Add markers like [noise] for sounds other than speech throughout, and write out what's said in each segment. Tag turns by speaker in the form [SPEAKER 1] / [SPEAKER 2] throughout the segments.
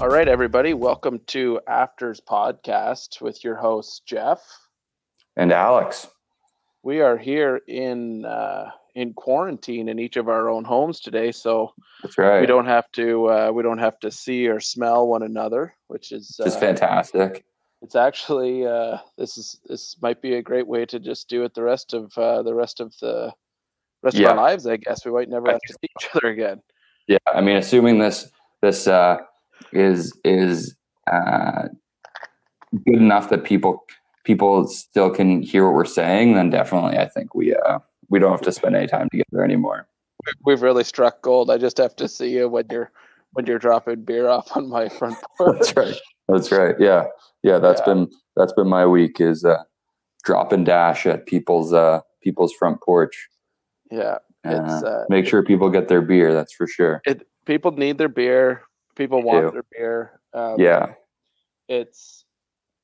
[SPEAKER 1] All right, everybody, welcome to Afters Podcast with your host Jeff.
[SPEAKER 2] And Alex,
[SPEAKER 1] We are here in uh, in quarantine in each of our own homes today, so
[SPEAKER 2] that's right.
[SPEAKER 1] we don't have to uh, we don't have to see or smell one another, which is
[SPEAKER 2] Just
[SPEAKER 1] uh,
[SPEAKER 2] fantastic.
[SPEAKER 1] it's actually uh, this is this might be a great way to just do it the rest of uh, the rest of the rest of
[SPEAKER 2] Yeah.
[SPEAKER 1] our lives. I guess we might never
[SPEAKER 2] I
[SPEAKER 1] have to see each other again.
[SPEAKER 2] Yeah, I mean, assuming this this uh, is is uh, good enough that people people still can hear what we're saying, then definitely, I think we uh, we don't have to spend any time together anymore.
[SPEAKER 1] We've really struck gold. I just have to see you when you're when you're dropping beer off on my front porch.
[SPEAKER 2] [laughs] That's right. That's right. Yeah, yeah. That's
[SPEAKER 1] Yeah.
[SPEAKER 2] been that's been my week is uh, drop and dash at people's uh, people's front porch.
[SPEAKER 1] Yeah,
[SPEAKER 2] Uh,
[SPEAKER 1] it's uh,
[SPEAKER 2] make sure people get their beer. That's for sure.
[SPEAKER 1] it. People need their beer. People want
[SPEAKER 2] do.
[SPEAKER 1] their beer. Um,
[SPEAKER 2] Yeah,
[SPEAKER 1] it's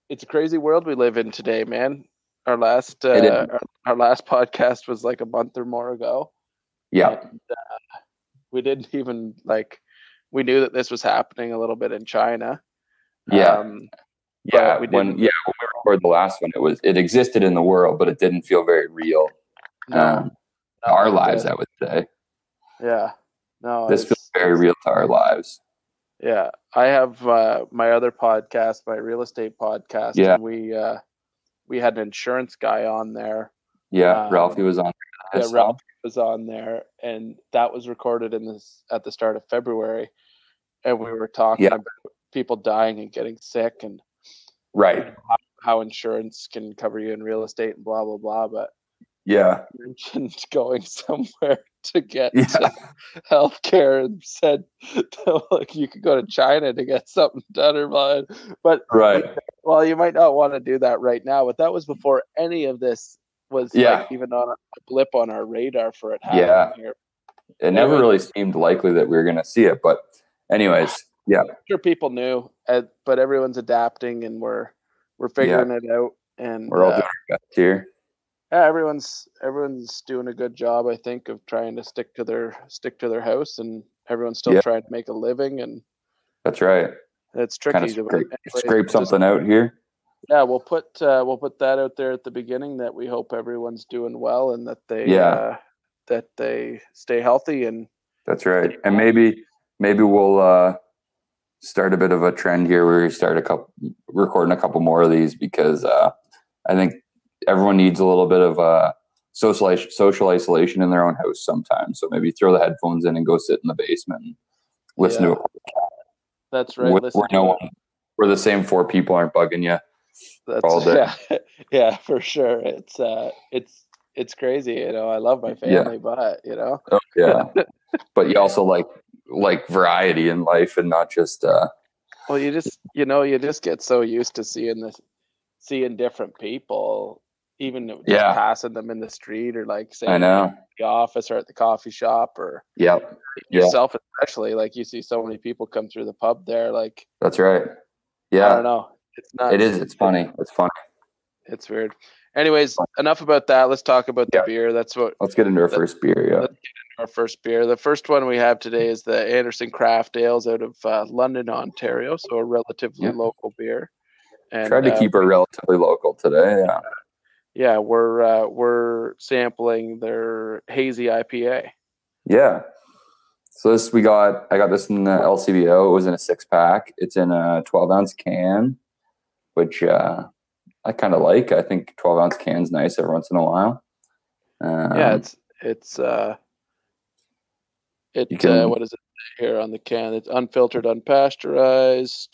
[SPEAKER 1] it's a crazy world we live in today, man. Our last
[SPEAKER 2] It is.
[SPEAKER 1] uh, our, our last podcast was like a month or more ago.
[SPEAKER 2] yeah,
[SPEAKER 1] And, uh, we didn't even like. We knew that this was happening a little bit in China.
[SPEAKER 2] yeah.
[SPEAKER 1] Um,
[SPEAKER 2] yeah
[SPEAKER 1] but we
[SPEAKER 2] when
[SPEAKER 1] didn't-
[SPEAKER 2] yeah when we recorded the last one it was it existed in the world but it didn't feel very real
[SPEAKER 1] no,
[SPEAKER 2] um, to
[SPEAKER 1] no,
[SPEAKER 2] our
[SPEAKER 1] it
[SPEAKER 2] lives
[SPEAKER 1] did.
[SPEAKER 2] i would say
[SPEAKER 1] Yeah. No.
[SPEAKER 2] this
[SPEAKER 1] it's-
[SPEAKER 2] feels very real to our lives
[SPEAKER 1] Yeah, I have uh, my other podcast, my real estate podcast,
[SPEAKER 2] Yeah.
[SPEAKER 1] and we uh, we had an insurance guy on there.
[SPEAKER 2] yeah
[SPEAKER 1] Um,
[SPEAKER 2] ralphie was on
[SPEAKER 1] Yeah,
[SPEAKER 2] as well.
[SPEAKER 1] Ralph was on there, and that was recorded in this at the start of February, and we were talking
[SPEAKER 2] Yeah.
[SPEAKER 1] about people dying and getting sick and
[SPEAKER 2] right
[SPEAKER 1] how insurance can cover you in real estate and blah blah blah. But
[SPEAKER 2] yeah
[SPEAKER 1] you mentioned [laughs] going somewhere to get
[SPEAKER 2] Yeah.
[SPEAKER 1] to health care and said [laughs] like you could go to China to get something done or blah. but
[SPEAKER 2] right
[SPEAKER 1] well, you might not want to do that right now, but that was before any of this was
[SPEAKER 2] Yeah.
[SPEAKER 1] like even on a blip on our radar for it happening
[SPEAKER 2] Yeah.
[SPEAKER 1] here.
[SPEAKER 2] it never
[SPEAKER 1] Yeah.
[SPEAKER 2] really seemed likely that we were going to see it but anyways yeah
[SPEAKER 1] I'm sure people knew, uh, but everyone's adapting and we're we're figuring it out. And
[SPEAKER 2] we're all
[SPEAKER 1] uh,
[SPEAKER 2] doing our best here
[SPEAKER 1] yeah, everyone's everyone's doing a good job, I think, of trying to stick to their stick to their house, and everyone's still
[SPEAKER 2] Yeah.
[SPEAKER 1] trying to make a living, and
[SPEAKER 2] that's right
[SPEAKER 1] it's tricky.
[SPEAKER 2] kind of
[SPEAKER 1] to-
[SPEAKER 2] scrape,
[SPEAKER 1] anyways,
[SPEAKER 2] scrape
[SPEAKER 1] just-
[SPEAKER 2] something out here
[SPEAKER 1] Yeah, we'll put uh, we'll put that out there at the beginning that we hope everyone's doing well and that they
[SPEAKER 2] Yeah.
[SPEAKER 1] uh, that they stay healthy and
[SPEAKER 2] that's right and maybe maybe we'll uh start a bit of a trend here where we start a couple recording a couple more of these because uh, I think everyone needs a little bit of uh, social is- social isolation in their own house sometimes. So maybe throw the headphones in and go sit in the basement and listen
[SPEAKER 1] Yeah,
[SPEAKER 2] to
[SPEAKER 1] that's
[SPEAKER 2] it
[SPEAKER 1] right.
[SPEAKER 2] where,
[SPEAKER 1] listen
[SPEAKER 2] where no
[SPEAKER 1] to
[SPEAKER 2] one where the same four people aren't bugging you.
[SPEAKER 1] That's [laughs]
[SPEAKER 2] all day.
[SPEAKER 1] yeah, yeah, for sure. It's uh, it's it's crazy. You know, I love my
[SPEAKER 2] Yeah.
[SPEAKER 1] family, but you know,
[SPEAKER 2] Yeah, [laughs] but you also like like variety in life and not just uh,
[SPEAKER 1] well, you just you know, you just get so used to seeing this, seeing different people, even just
[SPEAKER 2] Yeah.
[SPEAKER 1] passing them in the street or like
[SPEAKER 2] I
[SPEAKER 1] saying
[SPEAKER 2] know.
[SPEAKER 1] the office or at the coffee shop or
[SPEAKER 2] Yep, Yeah.
[SPEAKER 1] yourself especially. Like you see so many people come through the pub there. Like
[SPEAKER 2] that's right.
[SPEAKER 1] I don't
[SPEAKER 2] Yeah,
[SPEAKER 1] know, it's not.
[SPEAKER 2] it is. It's funny. It's funny.
[SPEAKER 1] It's weird. Anyways, enough about that. Let's talk about the
[SPEAKER 2] Yeah.
[SPEAKER 1] beer. That's what
[SPEAKER 2] Let's get into our first beer. Yeah.
[SPEAKER 1] our first beer. The first one we have today is the Anderson Craft Ales out of uh, London, Ontario, so a relatively
[SPEAKER 2] Yeah.
[SPEAKER 1] local beer. And
[SPEAKER 2] Tried to
[SPEAKER 1] uh,
[SPEAKER 2] keep it relatively local today. Yeah.
[SPEAKER 1] yeah, we're uh, we're sampling their hazy IPA.
[SPEAKER 2] Yeah. So this we got. I got this in the LCBO. It was in a six pack. It's in a twelve ounce can, which uh, I kind of like. I think twelve ounce cans nice every once in a while. Um,
[SPEAKER 1] yeah, it's it's uh, it
[SPEAKER 2] You can-
[SPEAKER 1] uh, what is it here on the can? It's unfiltered, unpasteurized.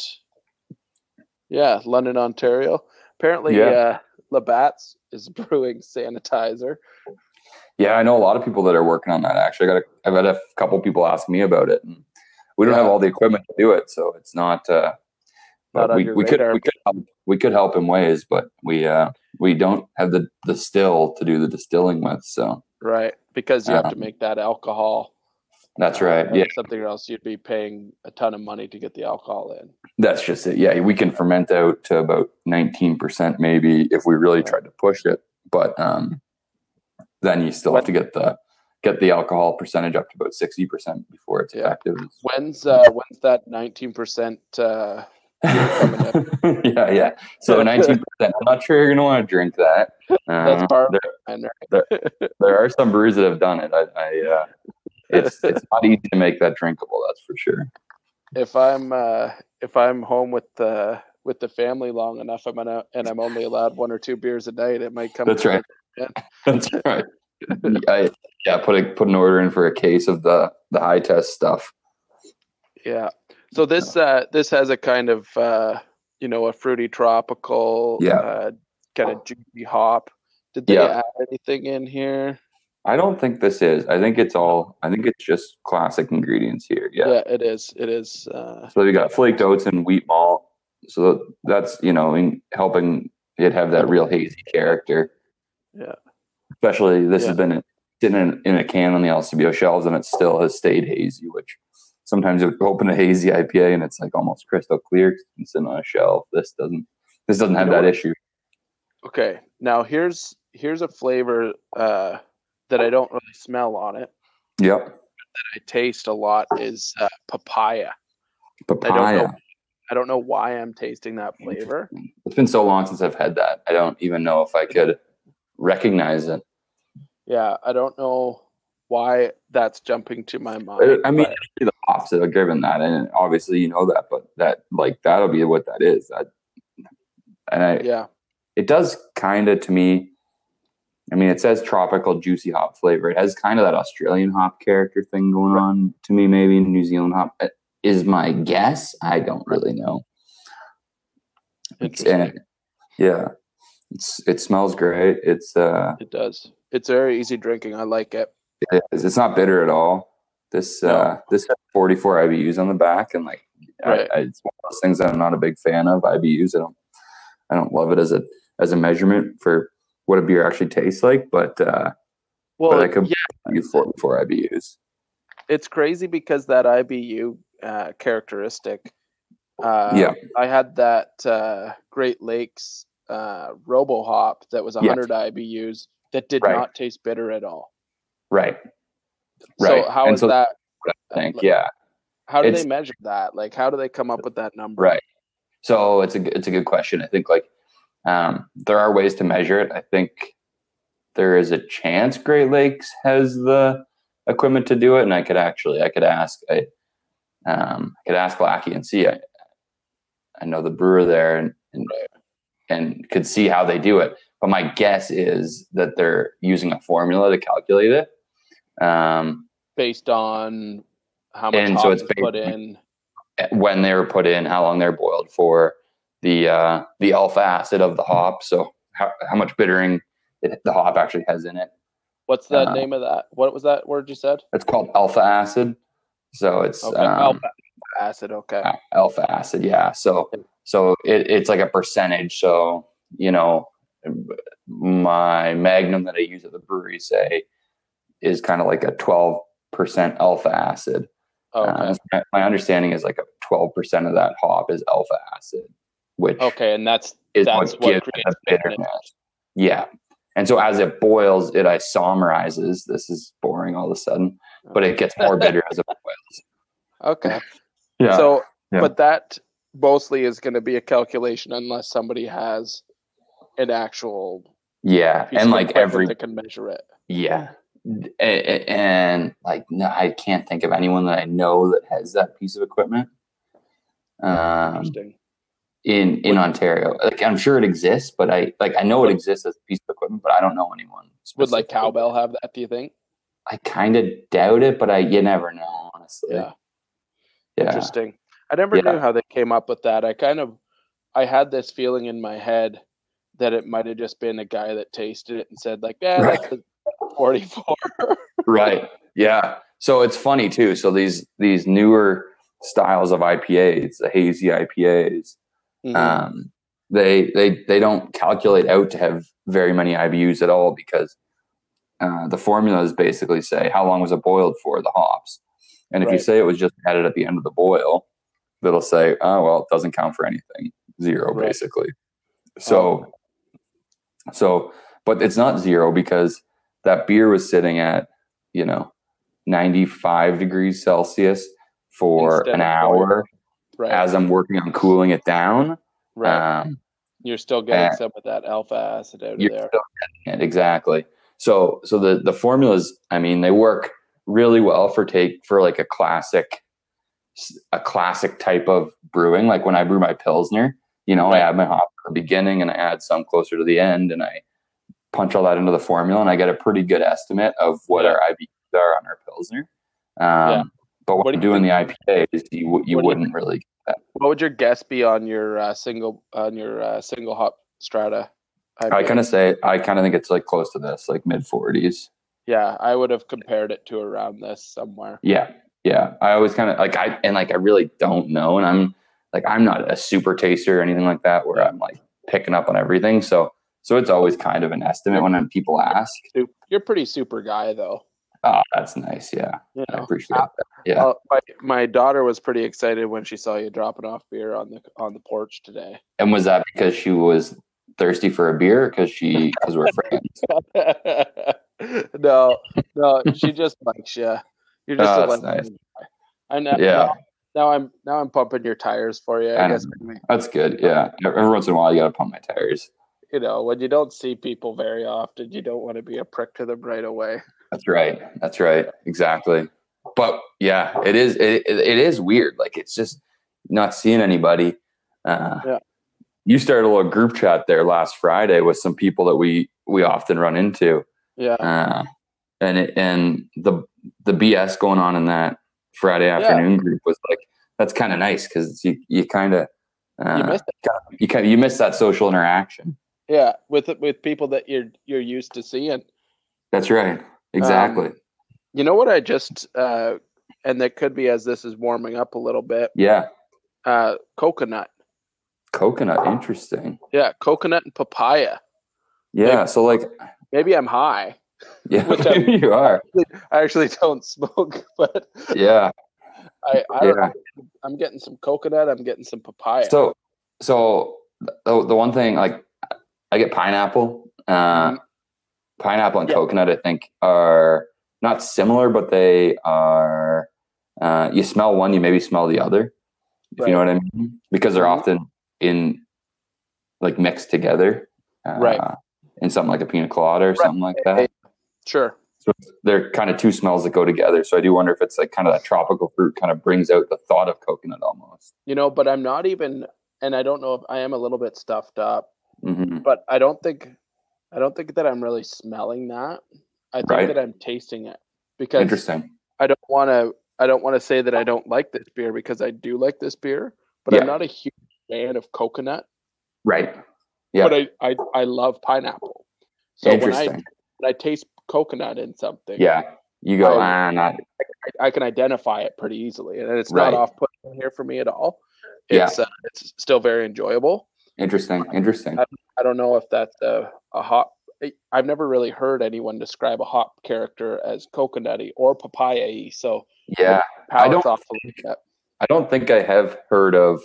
[SPEAKER 1] Yeah, London, Ontario. Apparently,
[SPEAKER 2] Yeah.
[SPEAKER 1] uh, Labatt's is [laughs] brewing sanitizer.
[SPEAKER 2] yeah. I know a lot of people that are working on that. Actually, I got. A, I've had a couple people ask me about it, and we don't
[SPEAKER 1] Yeah.
[SPEAKER 2] have all the equipment to do it, so it's not. Uh,
[SPEAKER 1] Not
[SPEAKER 2] but
[SPEAKER 1] on
[SPEAKER 2] we,
[SPEAKER 1] your
[SPEAKER 2] we could
[SPEAKER 1] radar.
[SPEAKER 2] we could help, we could help in ways, but we uh, we don't have the the still to do the distilling with. So
[SPEAKER 1] Right, because you have to
[SPEAKER 2] Um,
[SPEAKER 1] make that alcohol.
[SPEAKER 2] that's
[SPEAKER 1] uh,
[SPEAKER 2] right.
[SPEAKER 1] or
[SPEAKER 2] Yeah.
[SPEAKER 1] Something else you'd be paying a ton of money to get the alcohol in.
[SPEAKER 2] That's just it. Yeah, we can ferment out to about 19% maybe if we really tried to push it. But um, then you still have to get the get the alcohol percentage up to about 60% before it's
[SPEAKER 1] Yeah.
[SPEAKER 2] effective.
[SPEAKER 1] When's uh, when's that nineteen percent? Uh,
[SPEAKER 2] [laughs] yeah, yeah. So 19%. I'm not sure you're going to want to drink that. Uh,
[SPEAKER 1] that's part of
[SPEAKER 2] there,
[SPEAKER 1] it, man, right?
[SPEAKER 2] there are some brews that have done it. I, I uh,
[SPEAKER 1] [laughs]
[SPEAKER 2] it's, it's not easy to make that drinkable, that's for sure.
[SPEAKER 1] If I'm uh, if I'm home with the with the family long enough, I'm gonna and I'm only allowed one or two beers a night. It might come.
[SPEAKER 2] That's right.
[SPEAKER 1] Yeah.
[SPEAKER 2] [laughs] That's right. I, yeah, put a, put an order in for a case of the the high test stuff.
[SPEAKER 1] Yeah. So this uh, this has a kind of uh, you know a fruity tropical
[SPEAKER 2] Yeah.
[SPEAKER 1] uh, kind of juicy hop. Did they
[SPEAKER 2] Yeah.
[SPEAKER 1] add anything in here?
[SPEAKER 2] I don't think this is. I think it's all. I think it's just classic ingredients here. Yeah.
[SPEAKER 1] it is. It is. Uh,
[SPEAKER 2] So we got flaked oats and wheat malt. So that's you know in helping it have that real hazy character.
[SPEAKER 1] Yeah.
[SPEAKER 2] Especially this
[SPEAKER 1] Yeah.
[SPEAKER 2] has been sitting in, in a can on the LCBO shelves and it still has stayed hazy, which sometimes you open a hazy IPA and it's like almost crystal clear 'cause it's been sitting on a shelf. This doesn't. This doesn't have
[SPEAKER 1] You know
[SPEAKER 2] that issue.
[SPEAKER 1] okay. Now here's here's a flavor uh, that I don't really smell on it.
[SPEAKER 2] Yep.
[SPEAKER 1] I taste a lot is uh, papaya.
[SPEAKER 2] Papaya.
[SPEAKER 1] I don't know why I'm tasting that flavor.
[SPEAKER 2] It's been so long since I've had that. I don't even know if I could recognize it.
[SPEAKER 1] Yeah, I don't know why that's jumping to my mind.
[SPEAKER 2] Uh, I, I mean, it'll be the opposite of given that, and obviously you know that, but that like that'll be what that is. That, and I,
[SPEAKER 1] but yeah,
[SPEAKER 2] it does kind of to me. I mean, it says tropical juicy hop flavor. It has kind of that Australian hop character thing going on to me. Maybe New Zealand hop uh, is my guess. I don't really know. It's- uh,
[SPEAKER 1] interesting.
[SPEAKER 2] and- yeah, it's it smells great. It's uh,
[SPEAKER 1] It does. It's very easy drinking. I like it.
[SPEAKER 2] It is. It's not bitter at all. This
[SPEAKER 1] No.
[SPEAKER 2] uh, this has 44 IBUs on the back, and like I-
[SPEAKER 1] Right.
[SPEAKER 2] I, it's one of those things that I'm not a big fan of IBUs. I don't I don't love it as a as a measurement for what a beer actually tastes like, but uh,
[SPEAKER 1] Well,
[SPEAKER 2] but I could
[SPEAKER 1] yeah,
[SPEAKER 2] you 44 IBUs.
[SPEAKER 1] it's crazy because that IBU uh, characteristic. Uh,
[SPEAKER 2] yeah,
[SPEAKER 1] I had that uh, Great Lakes uh, Robo Hop that was
[SPEAKER 2] Yes.
[SPEAKER 1] 100 IBUs that did
[SPEAKER 2] Right.
[SPEAKER 1] not taste bitter at all.
[SPEAKER 2] right, right.
[SPEAKER 1] So how is
[SPEAKER 2] And so-
[SPEAKER 1] that?
[SPEAKER 2] I think yeah,
[SPEAKER 1] How do they
[SPEAKER 2] It's-
[SPEAKER 1] measure that? Like, how do they come up with that number?
[SPEAKER 2] right. So it's a g- it's a good question. I think like um, there are ways to measure it. I think there is a chance Great Lakes has the equipment to do it, and I could actually I could ask I, um, I could ask Lackey and see. I, I know the brewer there and and, and could see how they do it. But my guess is that they're using a formula to calculate it. Um,
[SPEAKER 1] Based on how much
[SPEAKER 2] And
[SPEAKER 1] hop
[SPEAKER 2] so it's
[SPEAKER 1] is put
[SPEAKER 2] based on-
[SPEAKER 1] in.
[SPEAKER 2] when they were put in, how long they're boiled for, the uh, the alpha acid of the hop, so how, how much bittering it, the hop actually has in it.
[SPEAKER 1] What's the
[SPEAKER 2] uh,
[SPEAKER 1] name of that? What was that word you said?
[SPEAKER 2] It's called alpha acid. So it's
[SPEAKER 1] Okay,
[SPEAKER 2] um,
[SPEAKER 1] alpha acid. Okay.
[SPEAKER 2] a- alpha acid, yeah. So so it, it's like a percentage. So you know, my Magnum that I use at the brewery say is kind of like a twelve percent alpha acid.
[SPEAKER 1] Okay.
[SPEAKER 2] Uh, my- my understanding is like a twelve percent of that hop is alpha acid, which
[SPEAKER 1] okay, and that's
[SPEAKER 2] is
[SPEAKER 1] That's
[SPEAKER 2] what
[SPEAKER 1] what
[SPEAKER 2] gives it
[SPEAKER 1] creates
[SPEAKER 2] the bitterness. Yeah. And so as it boils, it isomerizes. This is boring all of a sudden, but it gets more bitter
[SPEAKER 1] [laughs]
[SPEAKER 2] as it boils.
[SPEAKER 1] okay.
[SPEAKER 2] Yeah.
[SPEAKER 1] So,
[SPEAKER 2] Yeah.
[SPEAKER 1] but that mostly is going to be a calculation unless somebody has an actual
[SPEAKER 2] yeah.
[SPEAKER 1] piece
[SPEAKER 2] And
[SPEAKER 1] of
[SPEAKER 2] like
[SPEAKER 1] equipment
[SPEAKER 2] every,
[SPEAKER 1] that can measure it.
[SPEAKER 2] yeah. A- a- And like, no, I can't think of anyone that I know that has that piece of equipment. Um,
[SPEAKER 1] Interesting.
[SPEAKER 2] in in Ontario, like I'm sure it exists, but I like I know it exists as a piece of equipment, but I don't know anyone.
[SPEAKER 1] Would like
[SPEAKER 2] specifically.
[SPEAKER 1] cowbell have that? Do you think?
[SPEAKER 2] I kind of doubt it, but I you never know, honestly.
[SPEAKER 1] Yeah.
[SPEAKER 2] yeah.
[SPEAKER 1] Interesting. I never
[SPEAKER 2] Yeah.
[SPEAKER 1] knew how they came up with that. I kind of, I had this feeling in my head that it might have just been a guy that tasted it and said like, "Yeah,
[SPEAKER 2] Right.
[SPEAKER 1] that's a 44."
[SPEAKER 2] right yeah so it's funny too so these these newer styles of ipas the hazy ipas
[SPEAKER 1] Mhm.
[SPEAKER 2] um, they they they don't calculate out to have very many ibus at all because uh, the formulas basically say how long was it boiled for the hops and if you
[SPEAKER 1] Right.
[SPEAKER 2] say it was just added at the end of the boil it'll say oh well it doesn't count for anything zero
[SPEAKER 1] Right. Oh,
[SPEAKER 2] basically so so but it's not zero because that beer was sitting at you know, 95 degrees Celsius for
[SPEAKER 1] Instead
[SPEAKER 2] an
[SPEAKER 1] of
[SPEAKER 2] hour
[SPEAKER 1] Right.
[SPEAKER 2] as I'm working on cooling it down.
[SPEAKER 1] right.
[SPEAKER 2] Um,
[SPEAKER 1] You're still getting
[SPEAKER 2] uh,
[SPEAKER 1] some of that alpha acid out of
[SPEAKER 2] you're
[SPEAKER 1] there.
[SPEAKER 2] still getting it exactly. So, so the the formulas, I mean, they work really well for take for like a classic, a classic type of brewing. Like when I brew my pilsner, you know,
[SPEAKER 1] Right.
[SPEAKER 2] I add my hop at the beginning and I add some closer to the end, and I punch all that into the formula, and I get a pretty good estimate of what
[SPEAKER 1] Yeah.
[SPEAKER 2] our IBUs are on our pilsner. Um,
[SPEAKER 1] Yeah.
[SPEAKER 2] But when
[SPEAKER 1] What
[SPEAKER 2] I'm
[SPEAKER 1] do you
[SPEAKER 2] doing the IPAs, you w- you
[SPEAKER 1] what do you
[SPEAKER 2] wouldn't really
[SPEAKER 1] What would your guess be on your uh, single on your uh, single hop strata?
[SPEAKER 2] I
[SPEAKER 1] IPA?
[SPEAKER 2] kind of say I kind of think it's like close to this, like mid forties.
[SPEAKER 1] yeah, I would have compared it to around this somewhere.
[SPEAKER 2] Yeah, yeah. I always kind of like I and like I really don't know, and I'm like I'm not a super taster or anything like that, where
[SPEAKER 1] Yeah.
[SPEAKER 2] I'm like picking up on everything. So so it's always kind of an estimate when people ask.
[SPEAKER 1] Sup- You're a pretty super guy though.
[SPEAKER 2] Oh, that's nice. Yeah,
[SPEAKER 1] You
[SPEAKER 2] I
[SPEAKER 1] know,
[SPEAKER 2] appreciate that. Yeah.
[SPEAKER 1] Uh, my my daughter was pretty excited when she saw you dropping off beer on the on the porch today. [laughs]
[SPEAKER 2] And was that because she was thirsty for a beer? Because she because [laughs] we're friends.
[SPEAKER 1] no, no, she just likes you. You're just
[SPEAKER 2] Oh,
[SPEAKER 1] a likable
[SPEAKER 2] that's nice.
[SPEAKER 1] guy. I know.
[SPEAKER 2] Yeah.
[SPEAKER 1] Now, now I'm now I'm pumping your tires for you. I
[SPEAKER 2] I
[SPEAKER 1] guess
[SPEAKER 2] That's good. Yeah. Every once in a while, you gotta pump my tires.
[SPEAKER 1] you know when you don't see people very often, you don't want to be a prick to them right away.
[SPEAKER 2] That's right. That's right. Exactly. But yeah, it is. It, it it is weird. Like it's just not seeing anybody. Uh,
[SPEAKER 1] Yeah.
[SPEAKER 2] You started a little group chat there last Friday with some people that we we often run into,
[SPEAKER 1] Yeah,
[SPEAKER 2] uh, and it, and the the BS going on in that Friday
[SPEAKER 1] Yeah.
[SPEAKER 2] afternoon group was like that's kind of nice because you you kind of
[SPEAKER 1] you
[SPEAKER 2] uh,
[SPEAKER 1] miss it.
[SPEAKER 2] you kind you miss that social interaction.
[SPEAKER 1] Yeah, with with people that you're you're used to seeing.
[SPEAKER 2] That's right.
[SPEAKER 1] Um,
[SPEAKER 2] Exactly.
[SPEAKER 1] You know what I just uh, and that could be as this is warming up a little bit.
[SPEAKER 2] yeah.
[SPEAKER 1] Uh, coconut.
[SPEAKER 2] Coconut. Interesting.
[SPEAKER 1] Yeah, coconut and papaya.
[SPEAKER 2] Yeah. So like
[SPEAKER 1] Maybe I'm high.
[SPEAKER 2] Yeah, [laughs]
[SPEAKER 1] Which I-
[SPEAKER 2] maybe you are.
[SPEAKER 1] I actually [laughs] don't smoke, but
[SPEAKER 2] Yeah,
[SPEAKER 1] I, I don't
[SPEAKER 2] yeah.
[SPEAKER 1] know. I'm getting some coconut. I'm getting some papaya.
[SPEAKER 2] So, so the, the one thing like I get pineapple, uh,
[SPEAKER 1] Mhm.
[SPEAKER 2] pineapple and
[SPEAKER 1] Yeah.
[SPEAKER 2] coconut. I think are not similar, but they are. Uh, you smell one, you maybe smell the other. If you know what I mean, because they're
[SPEAKER 1] Mhm.
[SPEAKER 2] often in like mixed together, uh,
[SPEAKER 1] Right.
[SPEAKER 2] In something like a pina colada or something like that.
[SPEAKER 1] Sure.
[SPEAKER 2] So they're kind of two smells that go together. So I do wonder if it's like kind of that tropical fruit kind of brings out the thought of coconut almost.
[SPEAKER 1] You know, but I'm not even, and I don't know if I am a little bit stuffed up,
[SPEAKER 2] hmm
[SPEAKER 1] but I don't think, I don't think that I'm really smelling that. I think
[SPEAKER 2] Right.
[SPEAKER 1] that I'm tasting it because
[SPEAKER 2] Interesting.
[SPEAKER 1] I don't want to, I don't want to say that I don't like this beer because I do like this beer, but
[SPEAKER 2] Yeah.
[SPEAKER 1] I'm not a huge fan of coconut,
[SPEAKER 2] Right. Yeah.
[SPEAKER 1] but I, I, I love pineapple. So when I,
[SPEAKER 2] Interesting.
[SPEAKER 1] when I taste coconut in something,
[SPEAKER 2] yeah. You go,
[SPEAKER 1] I-
[SPEAKER 2] ah, not.
[SPEAKER 1] I, I can identify it pretty easily, and it's
[SPEAKER 2] Right.
[SPEAKER 1] not off putting here for me at all.
[SPEAKER 2] Yeah.
[SPEAKER 1] It's uh, it's still very enjoyable.
[SPEAKER 2] Interesting. Interesting.
[SPEAKER 1] I don't know if that's a, a hop. I- I've never really heard anyone describe a hop character as coconutty or papaya-y, so
[SPEAKER 2] Yeah. I
[SPEAKER 1] palate's
[SPEAKER 2] don't-
[SPEAKER 1] off a little bit. [laughs]
[SPEAKER 2] I don't think I have heard of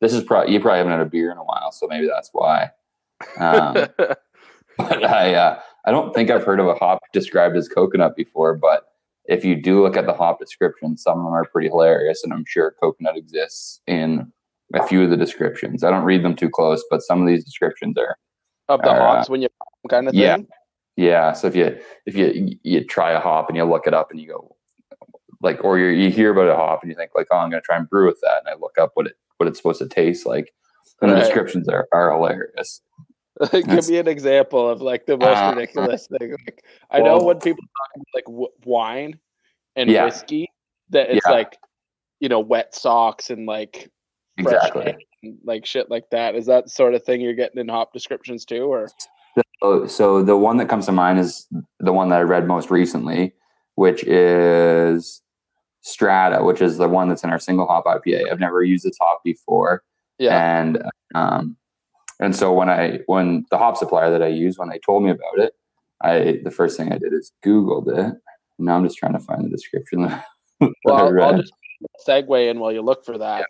[SPEAKER 2] this. Is probably, you probably haven't had a beer in a while, so maybe that's why.
[SPEAKER 1] [laughs]
[SPEAKER 2] Um, but I, uh, I don't think I've heard of a hop described as coconut before, but if you do look at the hop description, some of them are pretty hilarious, and I'm sure coconut exists in a few of the descriptions. I don't read them too close, but some of these descriptions are
[SPEAKER 1] of the
[SPEAKER 2] Or, uh,
[SPEAKER 1] hops when you kind of
[SPEAKER 2] yeah.
[SPEAKER 1] thing.
[SPEAKER 2] Yeah. So if you if you you try a hop and you look it up and you go like, or you you hear about a hop and you think like, oh, I'm gonna try and brew with that, and I look up what it what it's supposed to taste like, and the
[SPEAKER 1] Right.
[SPEAKER 2] descriptions are are hilarious.
[SPEAKER 1] [laughs] Give
[SPEAKER 2] That's-
[SPEAKER 1] me an example of like the most
[SPEAKER 2] Uh,
[SPEAKER 1] ridiculous thing. Like, I know
[SPEAKER 2] well-
[SPEAKER 1] when people talk about like w- wine and
[SPEAKER 2] Yeah.
[SPEAKER 1] whiskey, that it's
[SPEAKER 2] Yeah.
[SPEAKER 1] like you know wet socks and like fresh
[SPEAKER 2] Exactly.
[SPEAKER 1] and, like shit like that. Is that sort of thing you're getting in hop descriptions too, or
[SPEAKER 2] So, Oh, so the one that comes to mind is the one that I read most recently, which is Strata, which is the one that's in our single hop IPA. I've never used this hop before,
[SPEAKER 1] yeah,
[SPEAKER 2] and um, and so when I when the hop supplier that I use when they told me about it, I the first thing I did is Googled it. Now I'm just trying to find the description [laughs] that, that I
[SPEAKER 1] well, I'll,
[SPEAKER 2] read.
[SPEAKER 1] I'll just segue in while you look for that.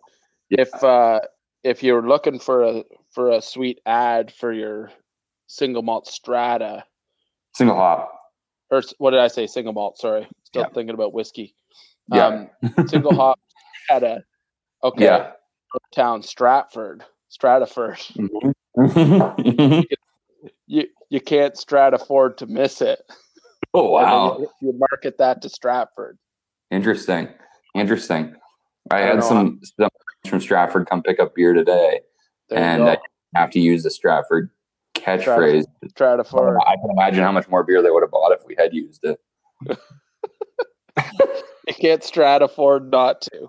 [SPEAKER 2] Yeah.
[SPEAKER 1] If uh, if you're looking for a for a sweet ad for your single malt strata
[SPEAKER 2] Single hop.
[SPEAKER 1] or s- what did I say single malt? Sorry, Still
[SPEAKER 2] Yeah.
[SPEAKER 1] thinking about whiskey.
[SPEAKER 2] Yeah.
[SPEAKER 1] Um,
[SPEAKER 2] [laughs]
[SPEAKER 1] single hop at a okay
[SPEAKER 2] Yeah.
[SPEAKER 1] town Stratford, Stratford.
[SPEAKER 2] oh
[SPEAKER 1] You you can't Stratford to miss it. And then
[SPEAKER 2] wow.
[SPEAKER 1] You, you market that to Stratford.
[SPEAKER 2] Interesting. Interesting. I
[SPEAKER 1] I
[SPEAKER 2] had
[SPEAKER 1] don't
[SPEAKER 2] some, some friends from Stratford come pick up beer today,
[SPEAKER 1] There
[SPEAKER 2] and
[SPEAKER 1] you go.
[SPEAKER 2] I have to use the Stratford catchphrase.
[SPEAKER 1] Stratford.
[SPEAKER 2] I can imagine how much more beer they would have bought if we had used it.
[SPEAKER 1] You can't Stratford not to.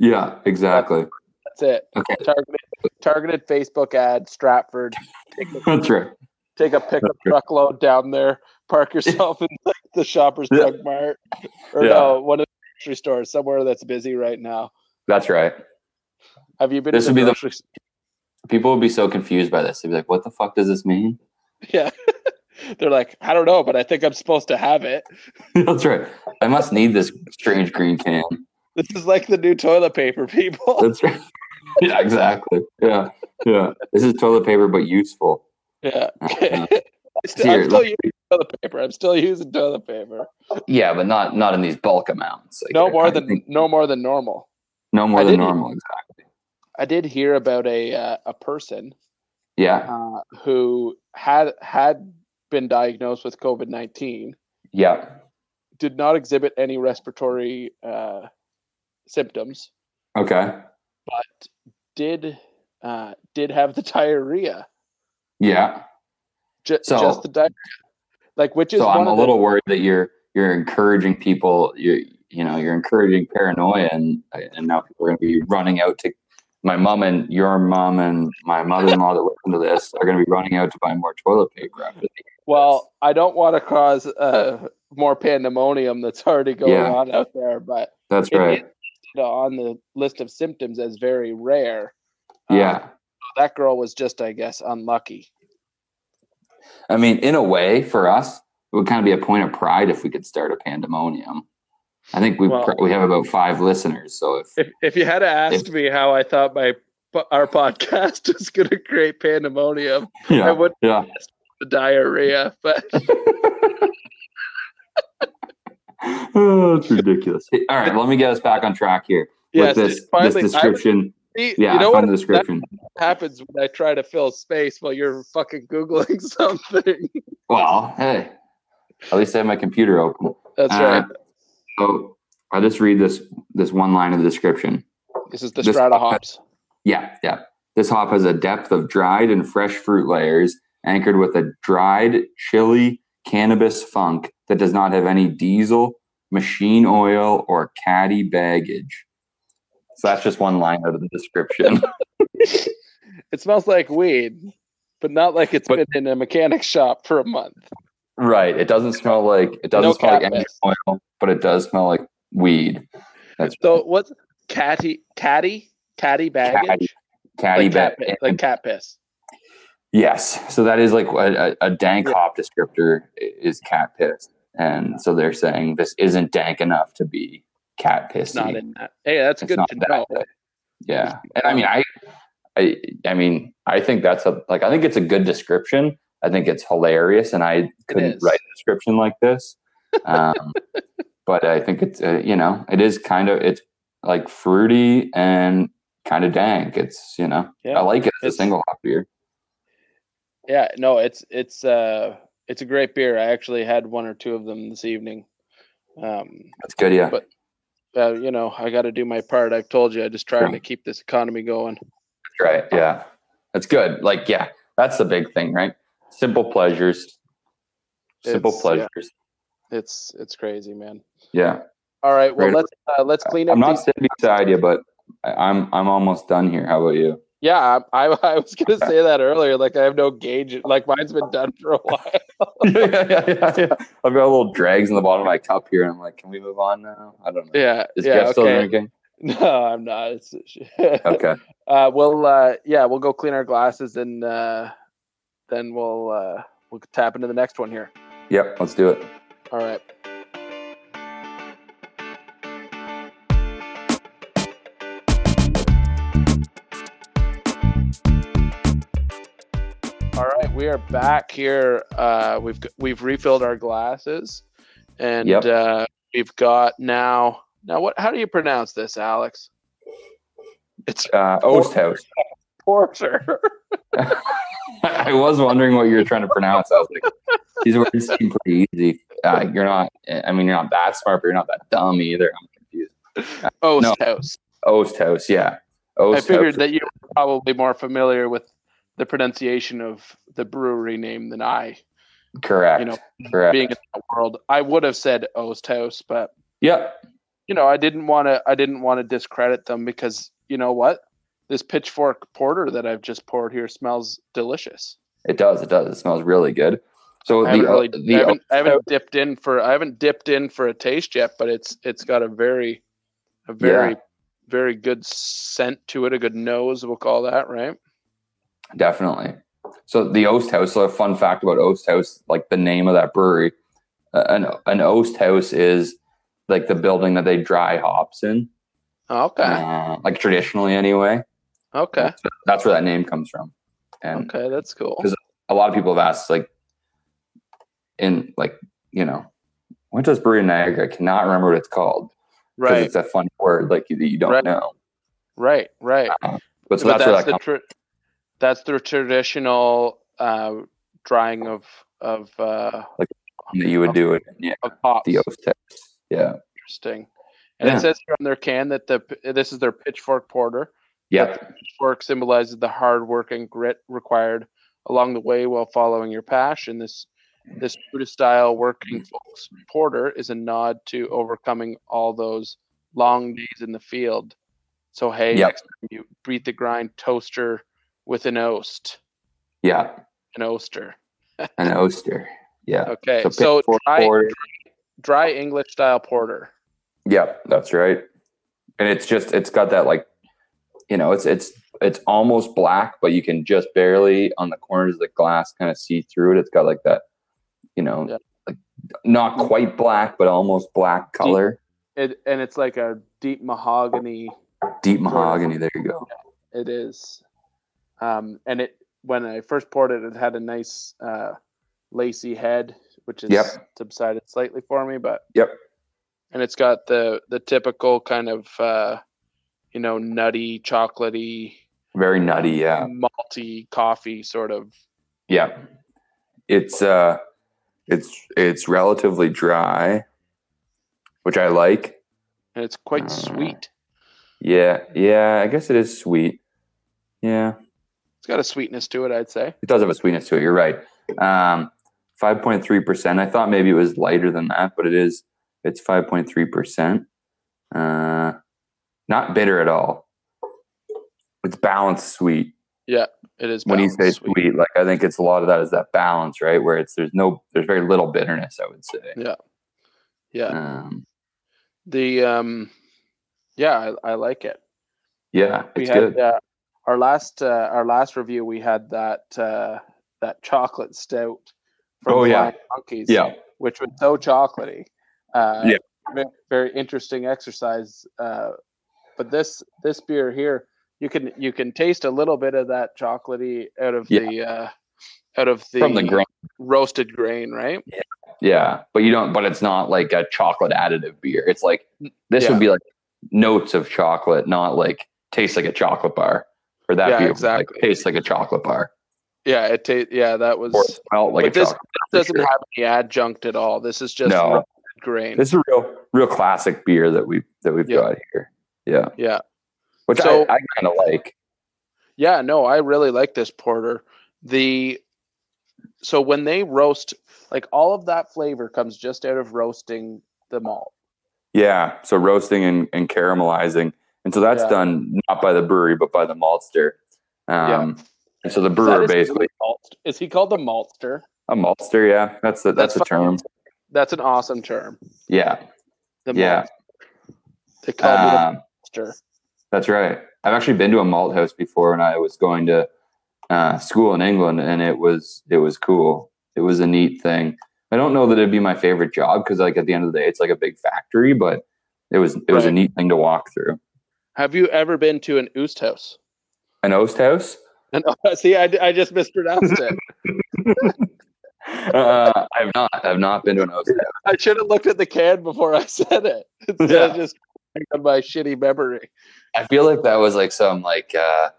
[SPEAKER 2] Yeah, exactly. [laughs]
[SPEAKER 1] That's it.
[SPEAKER 2] Okay,
[SPEAKER 1] Targeted targeted Facebook ad Stratford. Take a,
[SPEAKER 2] that's right.
[SPEAKER 1] take a
[SPEAKER 2] [laughs]
[SPEAKER 1] pickup
[SPEAKER 2] good.
[SPEAKER 1] truckload down there. Park yourself in like, the Shoppers
[SPEAKER 2] Yeah.
[SPEAKER 1] Drug Mart or
[SPEAKER 2] Yeah.
[SPEAKER 1] no one of the grocery stores somewhere that's busy right now.
[SPEAKER 2] That's right.
[SPEAKER 1] Have you been?
[SPEAKER 2] This
[SPEAKER 1] to
[SPEAKER 2] would be the-
[SPEAKER 1] grocery s-
[SPEAKER 2] People would be so confused by this. They'd be like, "What the fuck does this mean?" [laughs]
[SPEAKER 1] [laughs] They're like, I don't know, but I think I'm supposed to have it.
[SPEAKER 2] that's right. I must need this strange green can.
[SPEAKER 1] This is like the new toilet paper, [laughs] people.
[SPEAKER 2] That's right. [laughs] yeah, exactly. Yeah, yeah. This is toilet paper, but useful.
[SPEAKER 1] yeah.
[SPEAKER 2] Uh,
[SPEAKER 1] [laughs] I still, I'm
[SPEAKER 2] here,
[SPEAKER 1] still
[SPEAKER 2] look.
[SPEAKER 1] using toilet paper. I'm still using toilet paper.
[SPEAKER 2] [laughs] yeah, but not not in these bulk amounts. Like,
[SPEAKER 1] No
[SPEAKER 2] I-
[SPEAKER 1] more
[SPEAKER 2] I
[SPEAKER 1] than
[SPEAKER 2] think
[SPEAKER 1] no more than normal.
[SPEAKER 2] no more
[SPEAKER 1] I
[SPEAKER 2] than
[SPEAKER 1] didn't-
[SPEAKER 2] normal. Exactly.
[SPEAKER 1] I did hear about a uh, a person
[SPEAKER 2] Yeah,
[SPEAKER 1] uh, who had had been diagnosed with COVID nineteen,
[SPEAKER 2] yeah.
[SPEAKER 1] did not exhibit any respiratory uh, symptoms,
[SPEAKER 2] Okay.
[SPEAKER 1] but did uh, did have the [laughs] diarrhea.
[SPEAKER 2] Yeah.
[SPEAKER 1] Ju-
[SPEAKER 2] So-
[SPEAKER 1] just the diarrhea, like which is
[SPEAKER 2] so
[SPEAKER 1] one
[SPEAKER 2] I'm a
[SPEAKER 1] of
[SPEAKER 2] little worried that you're you're encouraging people. You you know you're encouraging paranoia, and and now people are going to be running out to my mom and your mom and my mother-in-law that listen to this are going to be running out to buy more toilet paper. After this.
[SPEAKER 1] the. Well, I don't want to cause uh, more pandemonium that's already going
[SPEAKER 2] Yeah.
[SPEAKER 1] on out there, but
[SPEAKER 2] That's
[SPEAKER 1] It
[SPEAKER 2] right.
[SPEAKER 1] you know, on the list of symptoms as very rare. Um,
[SPEAKER 2] Yeah.
[SPEAKER 1] that girl was just, I guess, unlucky.
[SPEAKER 2] I mean, in a way, for us, it would kind of be a point of pride if we could start a pandemonium. I think we
[SPEAKER 1] Well-
[SPEAKER 2] pro- we have about five listeners, so if
[SPEAKER 1] If, if you had asked
[SPEAKER 2] If-
[SPEAKER 1] me how I thought my po- our podcast [laughs] was going to create pandemonium, I
[SPEAKER 2] [laughs] yeah,
[SPEAKER 1] would [laughs]
[SPEAKER 2] yeah,
[SPEAKER 1] the diarrhea. [laughs] But
[SPEAKER 2] oh, it's ridiculous. All right, let me get us back on track here.
[SPEAKER 1] yes,
[SPEAKER 2] with this
[SPEAKER 1] finally,
[SPEAKER 2] this
[SPEAKER 1] I would
[SPEAKER 2] description.
[SPEAKER 1] see,
[SPEAKER 2] yeah,
[SPEAKER 1] you know
[SPEAKER 2] from
[SPEAKER 1] what
[SPEAKER 2] the description.
[SPEAKER 1] happens when I try to fill space while you're fucking googling [laughs] something.
[SPEAKER 2] Well, hey, at least I have my computer open.
[SPEAKER 1] That's right.
[SPEAKER 2] Uh, so I'll just read this this one line of the description.
[SPEAKER 1] This is the
[SPEAKER 2] this- [laughs]
[SPEAKER 1] strata hops.
[SPEAKER 2] Yeah, yeah. This hop has a depth of dried and fresh fruit layers, anchored with a dried chili cannabis funk that does not have any diesel, machine oil, or caddy baggage. So that's just one line out of the
[SPEAKER 1] [laughs]
[SPEAKER 2] description.
[SPEAKER 1] It smells like weed, but not like it's
[SPEAKER 2] But-
[SPEAKER 1] been in a mechanic shop for a month.
[SPEAKER 2] Right. It doesn't smell like it doesn't
[SPEAKER 1] No
[SPEAKER 2] smell like any
[SPEAKER 1] cannabis.
[SPEAKER 2] oil, but it does smell like weed. That's
[SPEAKER 1] So what's catty catty catty baggage?
[SPEAKER 2] catty
[SPEAKER 1] like cat,
[SPEAKER 2] bit.
[SPEAKER 1] pi- like cat piss.
[SPEAKER 2] yes. So that is like a, a, a dank
[SPEAKER 1] Yeah.
[SPEAKER 2] hop descriptor i- is cat piss, and so they're saying this isn't dank enough to be cat piss.
[SPEAKER 1] It's not in that. Hey, that's
[SPEAKER 2] It's
[SPEAKER 1] good
[SPEAKER 2] not
[SPEAKER 1] to
[SPEAKER 2] that
[SPEAKER 1] know.
[SPEAKER 2] thick. Yeah, and I mean, I, I, I mean, I think that's a like I think it's a good description. I think it's hilarious, and I couldn't
[SPEAKER 1] is.
[SPEAKER 2] write a description like this.
[SPEAKER 1] [laughs]
[SPEAKER 2] Um, but I think it's uh, you know it is kind of it's like fruity and kind of dank. It's you know
[SPEAKER 1] Yeah,
[SPEAKER 2] I like it
[SPEAKER 1] it's-
[SPEAKER 2] as a single hop beer.
[SPEAKER 1] Yeah, no, it's it's uh it's a great beer. I actually had one or two of them this evening. Um,
[SPEAKER 2] That's good. Yeah,
[SPEAKER 1] But- uh, you know, I got to do my part. I've told you, I just trying
[SPEAKER 2] Sure.
[SPEAKER 1] to keep this economy going.
[SPEAKER 2] that's right. Yeah, that's good. Like yeah, that's the big thing, right? Simple pleasures. Simple
[SPEAKER 1] It's- yeah.
[SPEAKER 2] pleasures.
[SPEAKER 1] It's it's crazy, man.
[SPEAKER 2] Yeah,
[SPEAKER 1] All right, well
[SPEAKER 2] Right.
[SPEAKER 1] let's uh, let's clean up.
[SPEAKER 2] I'm not
[SPEAKER 1] these-
[SPEAKER 2] sitting beside you, but I- I'm I'm almost done here. How about you?
[SPEAKER 1] [laughs] yeah, I, I was gonna say that earlier. Like I have no gauge. Like mine's been done for a
[SPEAKER 2] [laughs]
[SPEAKER 1] while.
[SPEAKER 2] yeah, yeah, yeah, yeah, yeah. I've got little drags in the bottom of my cup here, and I'm like, can we move on now? I don't know.
[SPEAKER 1] Yeah,
[SPEAKER 2] Is Jeff
[SPEAKER 1] yeah.
[SPEAKER 2] still
[SPEAKER 1] Okay.
[SPEAKER 2] drinking?
[SPEAKER 1] [laughs] No, I'm not. It's,
[SPEAKER 2] Okay.
[SPEAKER 1] uh we'll uh yeah we'll go clean our glasses and uh then we'll uh we'll tap into the next one here
[SPEAKER 2] Yep. Let's do it.
[SPEAKER 1] all right all right we are back here uh we've we've refilled our glasses and
[SPEAKER 2] Yep.
[SPEAKER 1] uh We've got now. Now, what? How do you pronounce this, Alex? It's
[SPEAKER 2] Uh, Oast House. [laughs]
[SPEAKER 1] Porter.
[SPEAKER 2] I was wondering what you were trying to pronounce. I was like, these words seem pretty easy. Uh, you're not. I mean, you're not that smart, but you're not that dumb either. I'm confused.
[SPEAKER 1] Oast House.
[SPEAKER 2] Oast House, yeah. Oast
[SPEAKER 1] I figured
[SPEAKER 2] House.
[SPEAKER 1] that you were probably more familiar with the pronunciation of the brewery name than I.
[SPEAKER 2] correct.
[SPEAKER 1] you know,
[SPEAKER 2] correct.
[SPEAKER 1] Being in that world, I would have said Oast House, but
[SPEAKER 2] yep.
[SPEAKER 1] you know, I didn't want to. I didn't want to discredit them because you know what? This pitchfork porter that I've just poured here smells delicious.
[SPEAKER 2] It does. It does. It smells really good. So
[SPEAKER 1] I
[SPEAKER 2] the uh,
[SPEAKER 1] haven't really,
[SPEAKER 2] the
[SPEAKER 1] I haven't, I haven't dipped in for, I haven't dipped in for a taste yet, but it's, it's got a very, a very, very good scent to it. A good nose, we'll call that, right?
[SPEAKER 2] Definitely. So the Oast House. So a fun fact about Oast House, like the name of that brewery, uh, an an Oast House is like the building that they dry hops in,
[SPEAKER 1] Okay,
[SPEAKER 2] uh, like traditionally anyway.
[SPEAKER 1] okay,
[SPEAKER 2] That's, that's where that name comes from. And
[SPEAKER 1] okay. That's cool.
[SPEAKER 2] 'Cause- a lot of people have asked, like, in like you know, went to this brewery in Niagara. I cannot remember what it's called because
[SPEAKER 1] Right,
[SPEAKER 2] it's a funny word like you, that you don't
[SPEAKER 1] Right.
[SPEAKER 2] know.
[SPEAKER 1] right, right.
[SPEAKER 2] But so
[SPEAKER 1] but
[SPEAKER 2] that's, where that
[SPEAKER 1] the
[SPEAKER 2] comes.
[SPEAKER 1] tra- that's the traditional uh, drying of of uh,
[SPEAKER 2] Like, that you would do it. Yeah,
[SPEAKER 1] of hops.
[SPEAKER 2] the Oast House. Yeah.
[SPEAKER 1] Interesting. And
[SPEAKER 2] Yeah.
[SPEAKER 1] it says here on their can that the this is their pitchfork porter.
[SPEAKER 2] Yep.
[SPEAKER 1] Pitchfork symbolizes the hard work and grit required along the way while following your passion. This this Buddha style working folks porter is a nod to overcoming all those long days in the field. So hey,
[SPEAKER 2] Yep.
[SPEAKER 1] next time you beat the grind toaster with an oast,
[SPEAKER 2] Yeah.
[SPEAKER 1] an oaster.
[SPEAKER 2] An Oster. Yeah.
[SPEAKER 1] Okay,
[SPEAKER 2] So,
[SPEAKER 1] so,
[SPEAKER 2] pitchfork
[SPEAKER 1] dry,
[SPEAKER 2] porter.
[SPEAKER 1] dry English style porter.
[SPEAKER 2] Yep, that's right. And it's just it's got that like you know, it's it's it's almost black, but you can just barely on the corners of the glass kind of see through it. It's got like that, you know,
[SPEAKER 1] Yeah.
[SPEAKER 2] like not quite black, but almost black color.
[SPEAKER 1] It and it's like a deep mahogany.
[SPEAKER 2] Deep mahogany. There you go.
[SPEAKER 1] It is. Um, and it when I first poured it, it had a nice uh, lacy head, which is
[SPEAKER 2] Yep.
[SPEAKER 1] subsided slightly for me, but
[SPEAKER 2] Yep.
[SPEAKER 1] And it's got the the typical kind of uh, you know nutty, chocolatey,
[SPEAKER 2] Very nutty, yeah.
[SPEAKER 1] malty coffee sort of.
[SPEAKER 2] Yeah. It's uh it's it's relatively dry, which I like.
[SPEAKER 1] And it's quite
[SPEAKER 2] Mm.
[SPEAKER 1] sweet.
[SPEAKER 2] Yeah, yeah, I guess it is sweet. Yeah.
[SPEAKER 1] It's got a sweetness to it, I'd say.
[SPEAKER 2] It does have a sweetness to it. You're right. Um, 5.3%. I thought maybe it was lighter than that, but it is. It's 5.3%. Uh, not bitter at all. It's balanced sweet.
[SPEAKER 1] It is.
[SPEAKER 2] When you say
[SPEAKER 1] balanced
[SPEAKER 2] sweet. like I think it's a lot of that is that balance, right? Where it's there's no there's very little bitterness. I would say.
[SPEAKER 1] yeah,
[SPEAKER 2] Um,
[SPEAKER 1] the um, yeah, I, I like it.
[SPEAKER 2] yeah,
[SPEAKER 1] we
[SPEAKER 2] it's
[SPEAKER 1] had
[SPEAKER 2] good.
[SPEAKER 1] uh, our last uh, our last review. We had that uh, that chocolate stout from
[SPEAKER 2] Oh, yeah.
[SPEAKER 1] Flying Monkeys,
[SPEAKER 2] Yeah,
[SPEAKER 1] which was so chocolatey. Uh,
[SPEAKER 2] Yeah.
[SPEAKER 1] ve- very interesting exercise. Uh, but this this beer here, you can you can taste a little bit of that chocolatey out of
[SPEAKER 2] Yeah.
[SPEAKER 1] the uh, out of the,
[SPEAKER 2] from the grain.
[SPEAKER 1] roasted grain, right?
[SPEAKER 2] Yeah, but you don't. But it's not like a chocolate additive beer. It's like this
[SPEAKER 1] Yeah.
[SPEAKER 2] would be like notes of chocolate, not like tastes like a chocolate bar. Or that
[SPEAKER 1] Yeah,
[SPEAKER 2] beer would, like,
[SPEAKER 1] exactly.
[SPEAKER 2] tastes like a chocolate bar,
[SPEAKER 1] Yeah, it ta- yeah that was
[SPEAKER 2] or it smelled like
[SPEAKER 1] but
[SPEAKER 2] a
[SPEAKER 1] this
[SPEAKER 2] chocolate. for
[SPEAKER 1] doesn't
[SPEAKER 2] sure.
[SPEAKER 1] have any adjunct at all. This is just
[SPEAKER 2] No.
[SPEAKER 1] roasted grain.
[SPEAKER 2] It's a real, real classic beer that we that we've
[SPEAKER 1] Yeah.
[SPEAKER 2] got here. Yeah,
[SPEAKER 1] yeah.
[SPEAKER 2] which
[SPEAKER 1] So-
[SPEAKER 2] I, I kind of like.
[SPEAKER 1] Yeah, no, I really like this porter. The so when they roast, like all of that flavor comes just out of roasting the malt.
[SPEAKER 2] Yeah, so roasting and, and caramelizing, and so that's
[SPEAKER 1] Yeah.
[SPEAKER 2] done not by the brewery but by the maltster.
[SPEAKER 1] Yeah.
[SPEAKER 2] Um, And so the
[SPEAKER 1] Is that
[SPEAKER 2] brewer
[SPEAKER 1] his name,
[SPEAKER 2] basically
[SPEAKER 1] maltst- is he called the maltster?
[SPEAKER 2] a maltster. Yeah, that's the that's,
[SPEAKER 1] That's
[SPEAKER 2] the term.
[SPEAKER 1] That's an awesome term.
[SPEAKER 2] Yeah,
[SPEAKER 1] The
[SPEAKER 2] yeah.
[SPEAKER 1] maltster. They call
[SPEAKER 2] Um,
[SPEAKER 1] me the maltster.
[SPEAKER 2] That's right. I've actually been to a malt house before when I was going to uh, school in England, and it was it was cool. It was a neat thing. I don't know that it'd be my favorite job because, like, at the end of the day, it's like a big factory, but it was it was a
[SPEAKER 1] Right.
[SPEAKER 2] neat thing to walk through.
[SPEAKER 1] Have you ever been to an oost house? [laughs] oh,
[SPEAKER 2] An oast house? [laughs]
[SPEAKER 1] And see, I, I just mispronounced it.
[SPEAKER 2] Uh, I've not. I've not been to an Oaks.
[SPEAKER 1] I should have looked at the can before I said it instead of just relying on my shitty memory.
[SPEAKER 2] I feel like that was like some like uh,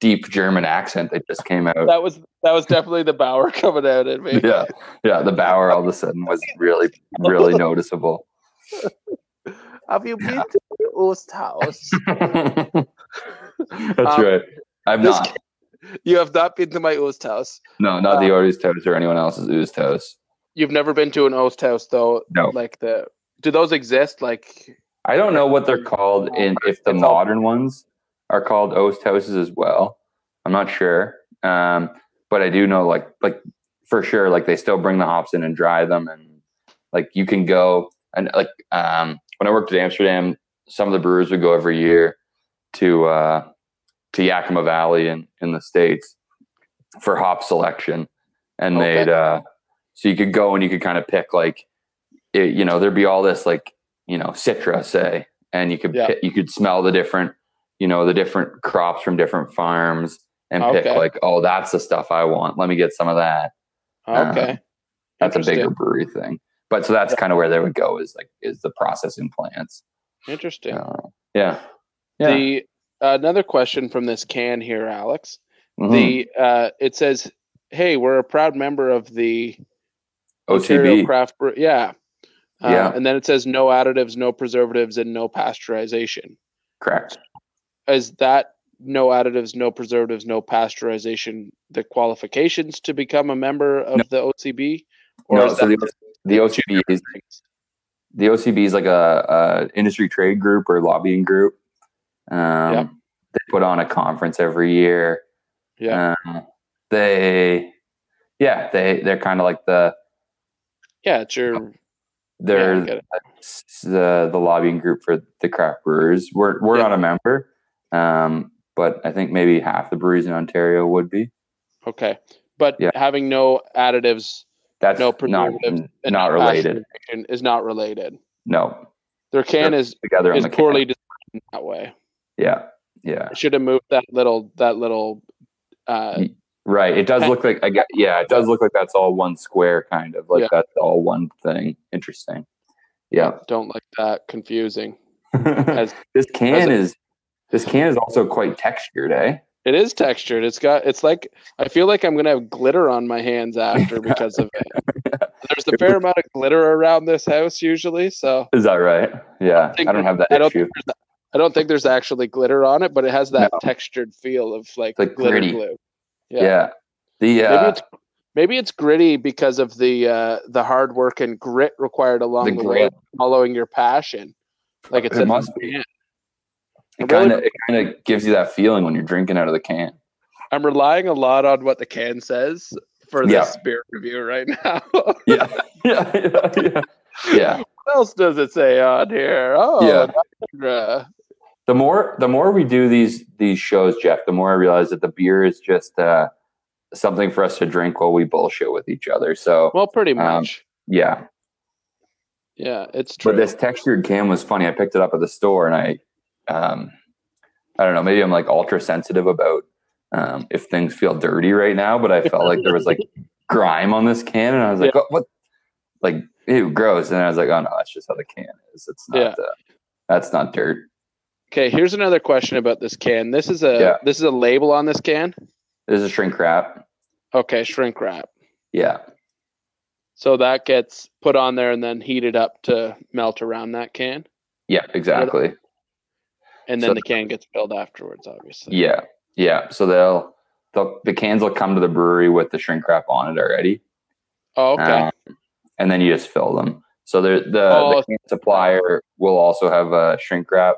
[SPEAKER 2] deep German accent that just came out.
[SPEAKER 1] That was that was definitely the Bauer [laughs] coming out at me.
[SPEAKER 2] [laughs] Yeah, yeah. The Bauer all of a sudden was really, really noticeable.
[SPEAKER 1] Have you been to the Osthaus?
[SPEAKER 2] [laughs] That's
[SPEAKER 1] Um,
[SPEAKER 2] right. I've
[SPEAKER 1] this
[SPEAKER 2] not.
[SPEAKER 1] [laughs] you have not been to my Osthaus.
[SPEAKER 2] No, not the Ortiz Toast or anyone else's Ooze Toast.
[SPEAKER 1] You've never been to an Osthaus though.
[SPEAKER 2] No.
[SPEAKER 1] Like the do those exist? Like
[SPEAKER 2] I don't know what they're called in if the
[SPEAKER 1] It's all-
[SPEAKER 2] modern ones are called Oast houses as well. I'm not sure. Um, but I do know like like for sure, like they still bring the hops in and dry them and like you can go and like um when I worked at Amsterdam, some of the brewers would go every year to uh to Yakima Valley in, in the States for hop selection. And
[SPEAKER 1] Okay.
[SPEAKER 2] they'd uh so you could go and you could kind of pick like it, you know, there'd be all this like you know citra say and you could
[SPEAKER 1] Yeah.
[SPEAKER 2] pick, you could smell the different you know the different crops from different farms and pick
[SPEAKER 1] Okay.
[SPEAKER 2] like oh that's the stuff i want let me get some of that Um,
[SPEAKER 1] okay.
[SPEAKER 2] that's a bigger
[SPEAKER 1] Interesting.
[SPEAKER 2] brewery thing but so that's
[SPEAKER 1] Yeah.
[SPEAKER 2] kind of where they would go is like is the processing plants
[SPEAKER 1] Interesting.
[SPEAKER 2] Uh, yeah yeah
[SPEAKER 1] The another question from this can here, Alex.
[SPEAKER 2] Mhm.
[SPEAKER 1] The uh, it says, "Hey, we're a proud member of the Ontario
[SPEAKER 2] otb
[SPEAKER 1] Craft Brew." Yeah, uh,
[SPEAKER 2] Yeah.
[SPEAKER 1] And then it says, "No additives, no preservatives, and no pasteurization."
[SPEAKER 2] correct
[SPEAKER 1] Is that no additives, no preservatives, no pasteurization the qualifications to become a member of
[SPEAKER 2] No.
[SPEAKER 1] the OCB?
[SPEAKER 2] No,
[SPEAKER 1] is
[SPEAKER 2] so
[SPEAKER 1] that
[SPEAKER 2] the- the ocb is
[SPEAKER 1] just-
[SPEAKER 2] the ocb is like a, a industry trade group or lobbying group um
[SPEAKER 1] Yep.
[SPEAKER 2] they put on a conference every year
[SPEAKER 1] yeah,
[SPEAKER 2] Um, they, yeah, they they're kind of like the
[SPEAKER 1] yeah, it's your yeah,
[SPEAKER 2] they're
[SPEAKER 1] I get it.
[SPEAKER 2] s- the the lobbying group for the craft brewers. We're we're
[SPEAKER 1] Yeah.
[SPEAKER 2] not a member, um, but I think maybe half the breweries in Ontario would be.
[SPEAKER 1] okay. But
[SPEAKER 2] Yeah.
[SPEAKER 1] having no additives,
[SPEAKER 2] That's
[SPEAKER 1] No
[SPEAKER 2] not
[SPEAKER 1] preservatives and
[SPEAKER 2] not
[SPEAKER 1] no
[SPEAKER 2] related.
[SPEAKER 1] pasteurization is not related.
[SPEAKER 2] No,
[SPEAKER 1] Their can
[SPEAKER 2] They're
[SPEAKER 1] is
[SPEAKER 2] together on
[SPEAKER 1] is
[SPEAKER 2] the can.
[SPEAKER 1] poorly designed in that way.
[SPEAKER 2] Yeah, yeah,
[SPEAKER 1] I should have moved that little that little uh
[SPEAKER 2] Ye- right. It does look like I got yeah. It does look like that's all one square kind of like
[SPEAKER 1] Yeah.
[SPEAKER 2] that's all one thing. Interesting. Yeah.
[SPEAKER 1] don't like that confusing. [laughs] As
[SPEAKER 2] this
[SPEAKER 1] as
[SPEAKER 2] can
[SPEAKER 1] a-
[SPEAKER 2] is this can is also quite textured, eh?
[SPEAKER 1] it is textured. It's got it's like I feel like I'm gonna have glitter on my hands
[SPEAKER 2] [laughs]
[SPEAKER 1] after because of it. There's a fair amount of glitter around this house usually, so
[SPEAKER 2] Is that right? Yeah,
[SPEAKER 1] think
[SPEAKER 2] I don't have that
[SPEAKER 1] I don't
[SPEAKER 2] issue.
[SPEAKER 1] I don't think there's actually glitter on it, but it has that
[SPEAKER 2] No.
[SPEAKER 1] textured feel of like,
[SPEAKER 2] Like
[SPEAKER 1] glitter
[SPEAKER 2] gritty.
[SPEAKER 1] glue.
[SPEAKER 2] yeah.
[SPEAKER 1] yeah.
[SPEAKER 2] the
[SPEAKER 1] Maybe
[SPEAKER 2] uh,
[SPEAKER 1] it's maybe it's gritty because of the uh, the hard work and grit required along
[SPEAKER 2] The
[SPEAKER 1] the, way, following your passion. Like it's
[SPEAKER 2] It must be. it kind of it kind of gives you that feeling when you're drinking out of the can. [laughs]
[SPEAKER 1] I'm relying a lot on what the can says for
[SPEAKER 2] Yeah.
[SPEAKER 1] this beer review right [laughs] now.
[SPEAKER 2] Yeah, yeah, yeah, yeah. yeah.
[SPEAKER 1] what else does it say on here? Oh,
[SPEAKER 2] Yeah.
[SPEAKER 1] Niagara.
[SPEAKER 2] The more the more we do these these shows, Jeff, the more I realize that the beer is just uh, something for us to drink while we bullshit with each other. So
[SPEAKER 1] well, pretty
[SPEAKER 2] Um,
[SPEAKER 1] much.
[SPEAKER 2] yeah,
[SPEAKER 1] yeah, it's true.
[SPEAKER 2] But this textured can was funny. I picked it up at the store, and I, um, I don't know. Maybe I'm like ultra sensitive about um, if things feel dirty right now. But I felt like there
[SPEAKER 1] [laughs]
[SPEAKER 2] was like grime on this can, and I was like, oh, what? Like, ew, gross. And I was like, oh no, that's just how the can is. It's not.
[SPEAKER 1] Yeah.
[SPEAKER 2] Uh, that's not dirt.
[SPEAKER 1] okay, here's another question about this can. This is a
[SPEAKER 2] Yeah.
[SPEAKER 1] this is a label on this can.
[SPEAKER 2] This is shrink wrap.
[SPEAKER 1] Okay, shrink wrap.
[SPEAKER 2] Yeah,
[SPEAKER 1] So that gets put on there and then heated up to melt around that can.
[SPEAKER 2] yeah, exactly.
[SPEAKER 1] and then
[SPEAKER 2] So-
[SPEAKER 1] the can gets filled afterwards obviously
[SPEAKER 2] Yeah, yeah. So they'll, they'll the cans will come to the brewery with the shrink wrap on it already.
[SPEAKER 1] oh okay
[SPEAKER 2] Um, and then you just fill them. So the the,
[SPEAKER 1] Oh,
[SPEAKER 2] the can supplier will also have a shrink wrap,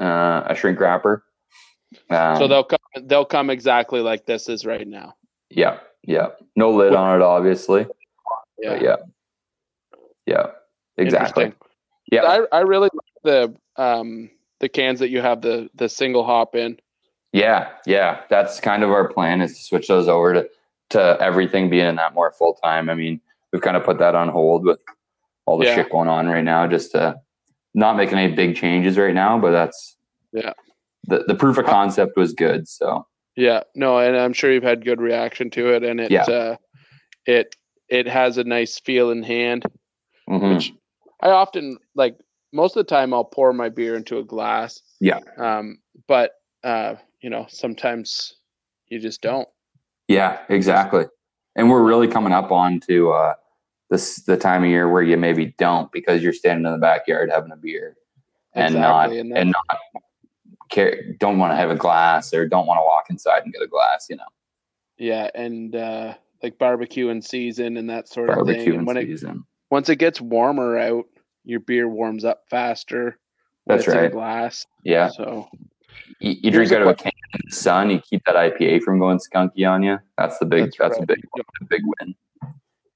[SPEAKER 2] uh, a shrink wrapper. Um,
[SPEAKER 1] so they'll come they'll come exactly like this is right now
[SPEAKER 2] yeah, yeah, no lid on it, obviously.
[SPEAKER 1] yeah,
[SPEAKER 2] But yeah, yeah, exactly.
[SPEAKER 1] Interesting.
[SPEAKER 2] Yeah,
[SPEAKER 1] I, I really like the um the cans that you have the the single hop in
[SPEAKER 2] yeah, yeah. That's kind of our plan is to switch those over to to everything being in that more full time. I mean, we've kind of put that on hold with all the
[SPEAKER 1] Yeah.
[SPEAKER 2] shit going on right now, just to not making any big changes right now. But that's
[SPEAKER 1] Yeah.
[SPEAKER 2] The, the proof of
[SPEAKER 1] How-
[SPEAKER 2] concept was good, so
[SPEAKER 1] yeah no and i'm sure you've had good reaction to it and it
[SPEAKER 2] Yeah.
[SPEAKER 1] uh it it has a nice feel in hand.
[SPEAKER 2] Mhm.
[SPEAKER 1] I often like most of the time I'll pour my beer into a glass.
[SPEAKER 2] Yeah.
[SPEAKER 1] Um, but uh, you know, sometimes you just don't.
[SPEAKER 2] Yeah, exactly. And we're really coming up on to uh, this the time of year where you maybe don't because you're standing in the backyard having a beer and
[SPEAKER 1] Exactly,
[SPEAKER 2] not
[SPEAKER 1] and
[SPEAKER 2] and,
[SPEAKER 1] that-
[SPEAKER 2] not care don't want to have a glass or don't want to walk inside and get a glass, you know.
[SPEAKER 1] Yeah, and uh like barbecue in season and that sort of
[SPEAKER 2] Barbecue
[SPEAKER 1] thing.
[SPEAKER 2] in
[SPEAKER 1] And when it
[SPEAKER 2] season.
[SPEAKER 1] once it gets warmer out, your beer warms up faster. when
[SPEAKER 2] That's
[SPEAKER 1] it's in a
[SPEAKER 2] right.
[SPEAKER 1] glass.
[SPEAKER 2] Yeah.
[SPEAKER 1] So
[SPEAKER 2] You, you
[SPEAKER 1] Here's
[SPEAKER 2] drink
[SPEAKER 1] a
[SPEAKER 2] out of a can in the sun, you keep that IPA from going skunky on you. That's the big
[SPEAKER 1] That's
[SPEAKER 2] that's, a
[SPEAKER 1] right.
[SPEAKER 2] big
[SPEAKER 1] Yep.
[SPEAKER 2] a big win.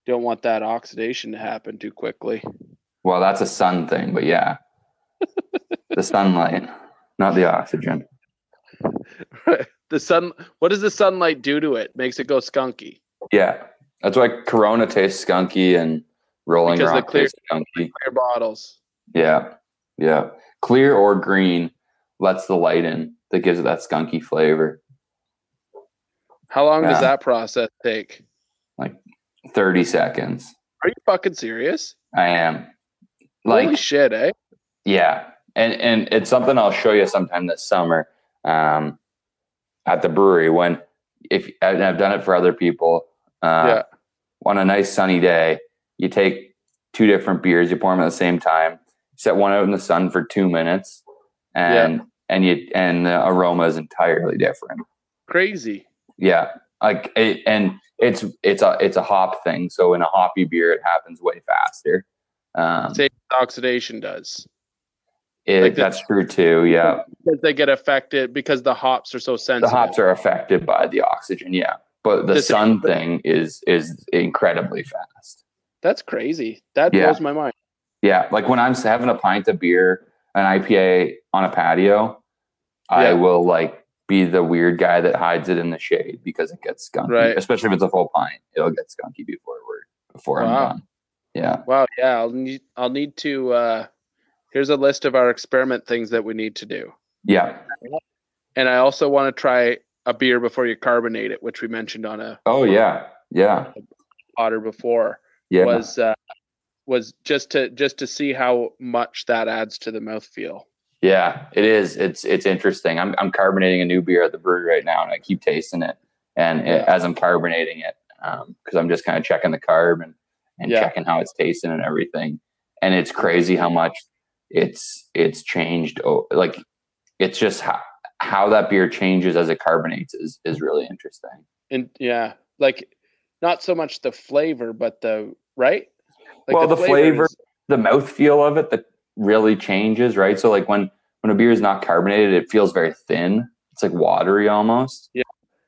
[SPEAKER 1] don't want that oxidation to happen too quickly.
[SPEAKER 2] Well, that's a sun thing,
[SPEAKER 1] [laughs]
[SPEAKER 2] but yeah. the sunlight, not the oxygen.
[SPEAKER 1] the sun what does the sunlight do to it? Makes it go skunky.
[SPEAKER 2] Yeah, that's why Corona tastes skunky and Rolling
[SPEAKER 1] Because the
[SPEAKER 2] Rock
[SPEAKER 1] clear-
[SPEAKER 2] tastes skunky.
[SPEAKER 1] Clear bottles.
[SPEAKER 2] Yeah, yeah. Clear or green lets the light in that gives it that skunky flavor.
[SPEAKER 1] How long does
[SPEAKER 2] Yeah.
[SPEAKER 1] that process take?
[SPEAKER 2] Thirty seconds.
[SPEAKER 1] Are you fucking serious?
[SPEAKER 2] I am like
[SPEAKER 1] Holy shit, eh?
[SPEAKER 2] yeah, and and it's something I'll show you sometime this summer um, at the brewery when if and I've done it for other people. Uh,
[SPEAKER 1] yeah.
[SPEAKER 2] on a nice sunny day, you take two different beers, you pour them at the same time, set one out in the sun for two minutes, and and you and the aroma is entirely different.
[SPEAKER 1] Crazy.
[SPEAKER 2] Yeah, like it, and it's it's a it's a hop thing. So in a hoppy beer, it happens way faster. Um,
[SPEAKER 1] Same as oxidation does.
[SPEAKER 2] it-
[SPEAKER 1] like the-
[SPEAKER 2] that's true too. Yeah,
[SPEAKER 1] Because they get affected because the hops are so
[SPEAKER 2] the
[SPEAKER 1] sensitive.
[SPEAKER 2] hops are affected by the oxygen. Yeah, but the
[SPEAKER 1] The same-
[SPEAKER 2] sun thing is is incredibly fast.
[SPEAKER 1] That's crazy. That
[SPEAKER 2] Yeah.
[SPEAKER 1] blows my mind.
[SPEAKER 2] Yeah, like when I'm having a pint of beer, an IPA on a patio,
[SPEAKER 1] Yeah.
[SPEAKER 2] I will like be the weird guy that hides it in the shade because it gets skunky.
[SPEAKER 1] Right.
[SPEAKER 2] Especially if it's a full pint, it'll get skunky before we're before
[SPEAKER 1] Wow.
[SPEAKER 2] I'm done. Yeah,
[SPEAKER 1] Wow, yeah, I'll need I'll need to uh here's a list of our experiment things that we need to do.
[SPEAKER 2] yeah.
[SPEAKER 1] And I also want to try a beer before you carbonate it, which we mentioned on a
[SPEAKER 2] Oh yeah, yeah,
[SPEAKER 1] otter before.
[SPEAKER 2] yeah.
[SPEAKER 1] was uh, was just to just to see how much that adds to the mouthfeel.
[SPEAKER 2] Yeah, it is. It's it's interesting. I'm I'm carbonating a new beer at the brewery right now, and I keep tasting it. And it, as I'm carbonating it, because I'm just kind of checking the carb and and
[SPEAKER 1] Yeah.
[SPEAKER 2] checking how it's tasting and everything. And it's crazy how much it's it's changed. o- Like it's just how how that beer changes as it carbonates is is really interesting.
[SPEAKER 1] And yeah, like not so much the flavor, but the right. Like
[SPEAKER 2] Well, the flavor-
[SPEAKER 1] is-
[SPEAKER 2] The mouthfeel of it that really changes, right? So like when when a beer is not carbonated, it feels very thin. It's like watery almost.
[SPEAKER 1] Yeah.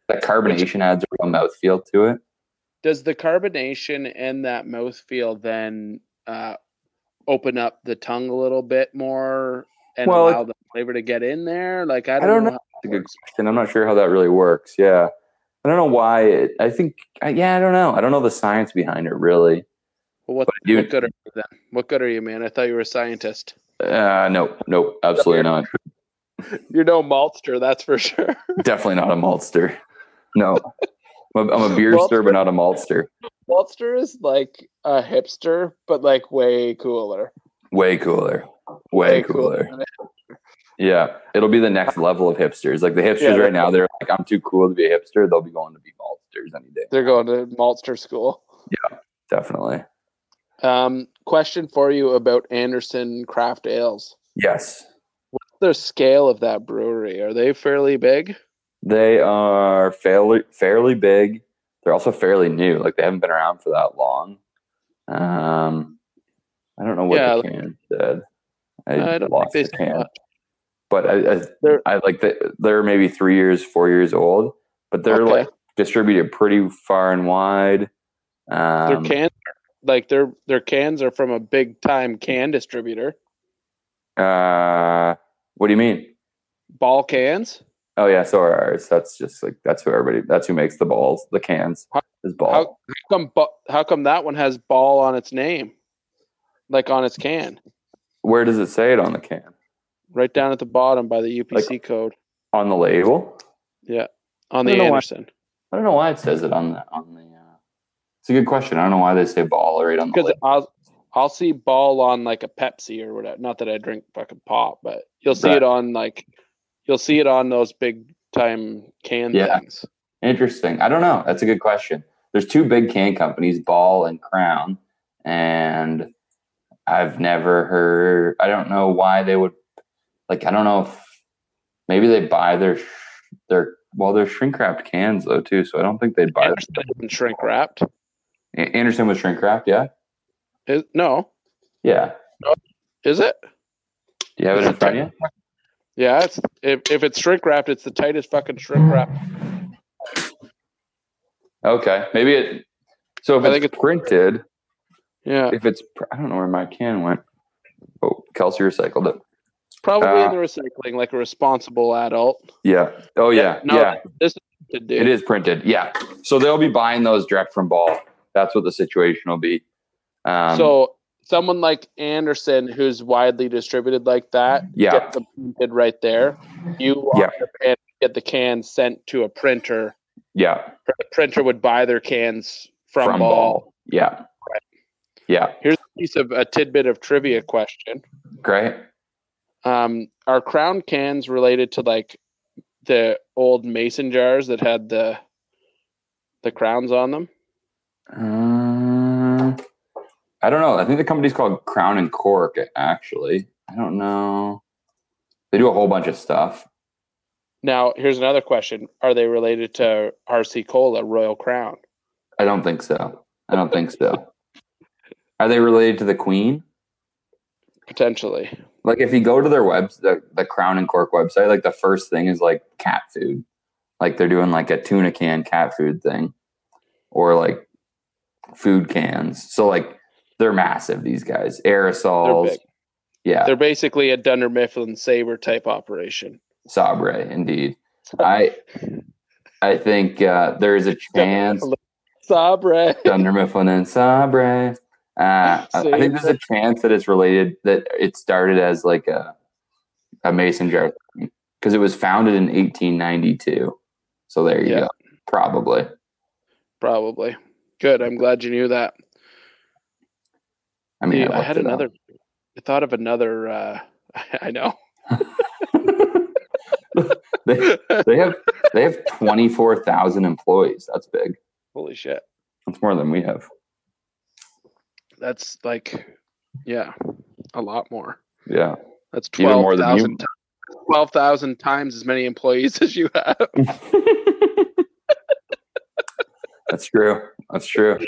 [SPEAKER 2] That carbonation adds a real mouthfeel to it.
[SPEAKER 1] does the carbonation and that mouthfeel then uh, open up the tongue a little bit more and
[SPEAKER 2] Well,
[SPEAKER 1] allow the flavor to get in there? Like I don't,
[SPEAKER 2] don't
[SPEAKER 1] know. how
[SPEAKER 2] know. That's a
[SPEAKER 1] that
[SPEAKER 2] good
[SPEAKER 1] works.
[SPEAKER 2] question. I'm not sure how that really works. Yeah. I don't know why. It, I think, I, yeah, I don't know. I don't know the science behind it really.
[SPEAKER 1] Well, what,
[SPEAKER 2] But you-
[SPEAKER 1] what good are you then? What good are you, man? I thought you were a scientist.
[SPEAKER 2] Uh, nope, nope, absolutely not.
[SPEAKER 1] You're no maltster, that's for [laughs] sure.
[SPEAKER 2] Definitely not a maltster. No, I'm a, I'm a beerster, but not a maltster.
[SPEAKER 1] Waltster is like a hipster, but like way cooler.
[SPEAKER 2] Way cooler. Way cooler. Yeah. It'll be the next level of hipsters. Like the hipsters
[SPEAKER 1] Yeah.
[SPEAKER 2] right now, they're like, I'm too cool to be a hipster. They'll be going to be maltsters any day.
[SPEAKER 1] They're going to Maltster school.
[SPEAKER 2] Definitely.
[SPEAKER 1] Um, question for you about Anderson Craft Ales.
[SPEAKER 2] Yes.
[SPEAKER 1] The scale of that brewery are they fairly big?
[SPEAKER 2] They are fairly fairly big. They're also fairly new. Like they haven't been around for that long. Um, I don't know what
[SPEAKER 1] Yeah,
[SPEAKER 2] the
[SPEAKER 1] like-
[SPEAKER 2] can said. I,
[SPEAKER 1] I don't
[SPEAKER 2] lost
[SPEAKER 1] think
[SPEAKER 2] the
[SPEAKER 1] they
[SPEAKER 2] can,
[SPEAKER 1] much.
[SPEAKER 2] but I, I,
[SPEAKER 1] They're-
[SPEAKER 2] I like that they're maybe three years, four years old, but they're
[SPEAKER 1] Okay.
[SPEAKER 2] like distributed pretty far and wide.
[SPEAKER 1] Their
[SPEAKER 2] Um,
[SPEAKER 1] cans, like their their cans are from a big time can distributor.
[SPEAKER 2] uh, what do you mean?
[SPEAKER 1] Ball cans.
[SPEAKER 2] Oh yeah, so are ours. That's just like that's who everybody. That's who makes the balls, the cans,
[SPEAKER 1] How-
[SPEAKER 2] is ball.
[SPEAKER 1] How, how come? bu- How come that one has ball on its name, like on its can,
[SPEAKER 2] Where does it say it on the can?
[SPEAKER 1] right down at the bottom by the UPC code?
[SPEAKER 2] On the label?
[SPEAKER 1] on the
[SPEAKER 2] I don't know why-
[SPEAKER 1] Anderson.
[SPEAKER 2] I don't know why it says it on the on the. Uh, It's a good question. I don't know why they say ball right on the
[SPEAKER 1] because
[SPEAKER 2] label.
[SPEAKER 1] I'll I'll see ball on like a Pepsi or whatever. Not that I drink fucking pop, but you'll see
[SPEAKER 2] Right.
[SPEAKER 1] it on like you'll see it on those big time can
[SPEAKER 2] Yeah.
[SPEAKER 1] things.
[SPEAKER 2] Interesting. I don't know. That's a good question. There's two big can companies, Ball and Crown, and I've never heard. I don't know why they would like. I don't know if maybe they buy their sh- their well, they're shrink wrapped cans though too. So I don't think they'd buy.
[SPEAKER 1] Anderson and shrink wrapped.
[SPEAKER 2] A- Anderson was shrink wrapped. Yeah,
[SPEAKER 1] Is, no,
[SPEAKER 2] yeah.
[SPEAKER 1] is it?
[SPEAKER 2] Do you have it in front of you?
[SPEAKER 1] Yeah, it's if, if it's shrink wrapped, it's the tightest fucking shrink wrap.
[SPEAKER 2] Okay, maybe it. So if
[SPEAKER 1] I
[SPEAKER 2] it's
[SPEAKER 1] think it's-
[SPEAKER 2] printed,
[SPEAKER 1] Yeah,
[SPEAKER 2] if it's pr- I don't know where my can went. Oh, Kelsey recycled it.
[SPEAKER 1] it's probably
[SPEAKER 2] Uh,
[SPEAKER 1] in the recycling, like a responsible adult.
[SPEAKER 2] Yeah. Oh yeah.
[SPEAKER 1] no,
[SPEAKER 2] yeah.
[SPEAKER 1] this is to do.
[SPEAKER 2] It is printed, yeah. So they'll be buying those direct from Ball. That's what the situation will be. Um,
[SPEAKER 1] so someone like Anderson, who's widely distributed like that,
[SPEAKER 2] yeah,
[SPEAKER 1] get them printed right there. You walk
[SPEAKER 2] Yeah.
[SPEAKER 1] up and get the can sent to a printer.
[SPEAKER 2] yeah,
[SPEAKER 1] The printer would buy their cans from,
[SPEAKER 2] from, Ball.
[SPEAKER 1] Ball.
[SPEAKER 2] yeah, yeah,
[SPEAKER 1] Here's a piece of a tidbit of trivia question.
[SPEAKER 2] great.
[SPEAKER 1] Um, are crown cans related to like the old mason jars that had the the crowns on them?
[SPEAKER 2] Um, I don't know. I think the company's called Crown and Cork. Actually, I don't know. They do a whole bunch of stuff.
[SPEAKER 1] Now, here's another question: Are they related to RC Cola Royal Crown?
[SPEAKER 2] I don't think so. I don't think so. Are they related to the Queen?
[SPEAKER 1] Potentially.
[SPEAKER 2] like if you go to their webs the, the crown and cork website like the first thing is like cat food like they're doing like a tuna can cat food thing or like food cans so like they're massive these guys aerosols
[SPEAKER 1] They're big.
[SPEAKER 2] yeah
[SPEAKER 1] They're basically a Dunder Mifflin Saber type operation.
[SPEAKER 2] sabre indeed
[SPEAKER 1] [laughs]
[SPEAKER 2] i i think uh there's a chance
[SPEAKER 1] [laughs] Sabre.
[SPEAKER 2] Thunder Mifflin and Sabre. Uh, I I think there's a chance that it's related that it started as like a a mason jar because it was founded in 1892. So there you
[SPEAKER 1] Yeah.
[SPEAKER 2] go. Probably.
[SPEAKER 1] Probably. Good. I'm glad you knew that.
[SPEAKER 2] I mean,
[SPEAKER 1] Dude, I,
[SPEAKER 2] looked
[SPEAKER 1] had
[SPEAKER 2] it up.
[SPEAKER 1] another. I thought of another. Uh, [laughs] I know.
[SPEAKER 2] [laughs] they, they have they have 24,000 employees. That's big.
[SPEAKER 1] Holy shit.
[SPEAKER 2] That's more than we have.
[SPEAKER 1] That's like, yeah, a lot more.
[SPEAKER 2] Yeah.
[SPEAKER 1] That's
[SPEAKER 2] Even more
[SPEAKER 1] twelve
[SPEAKER 2] than you.
[SPEAKER 1] thousand. Twelve thousand times as many employees [laughs] as you have.
[SPEAKER 2] That's true. That's true.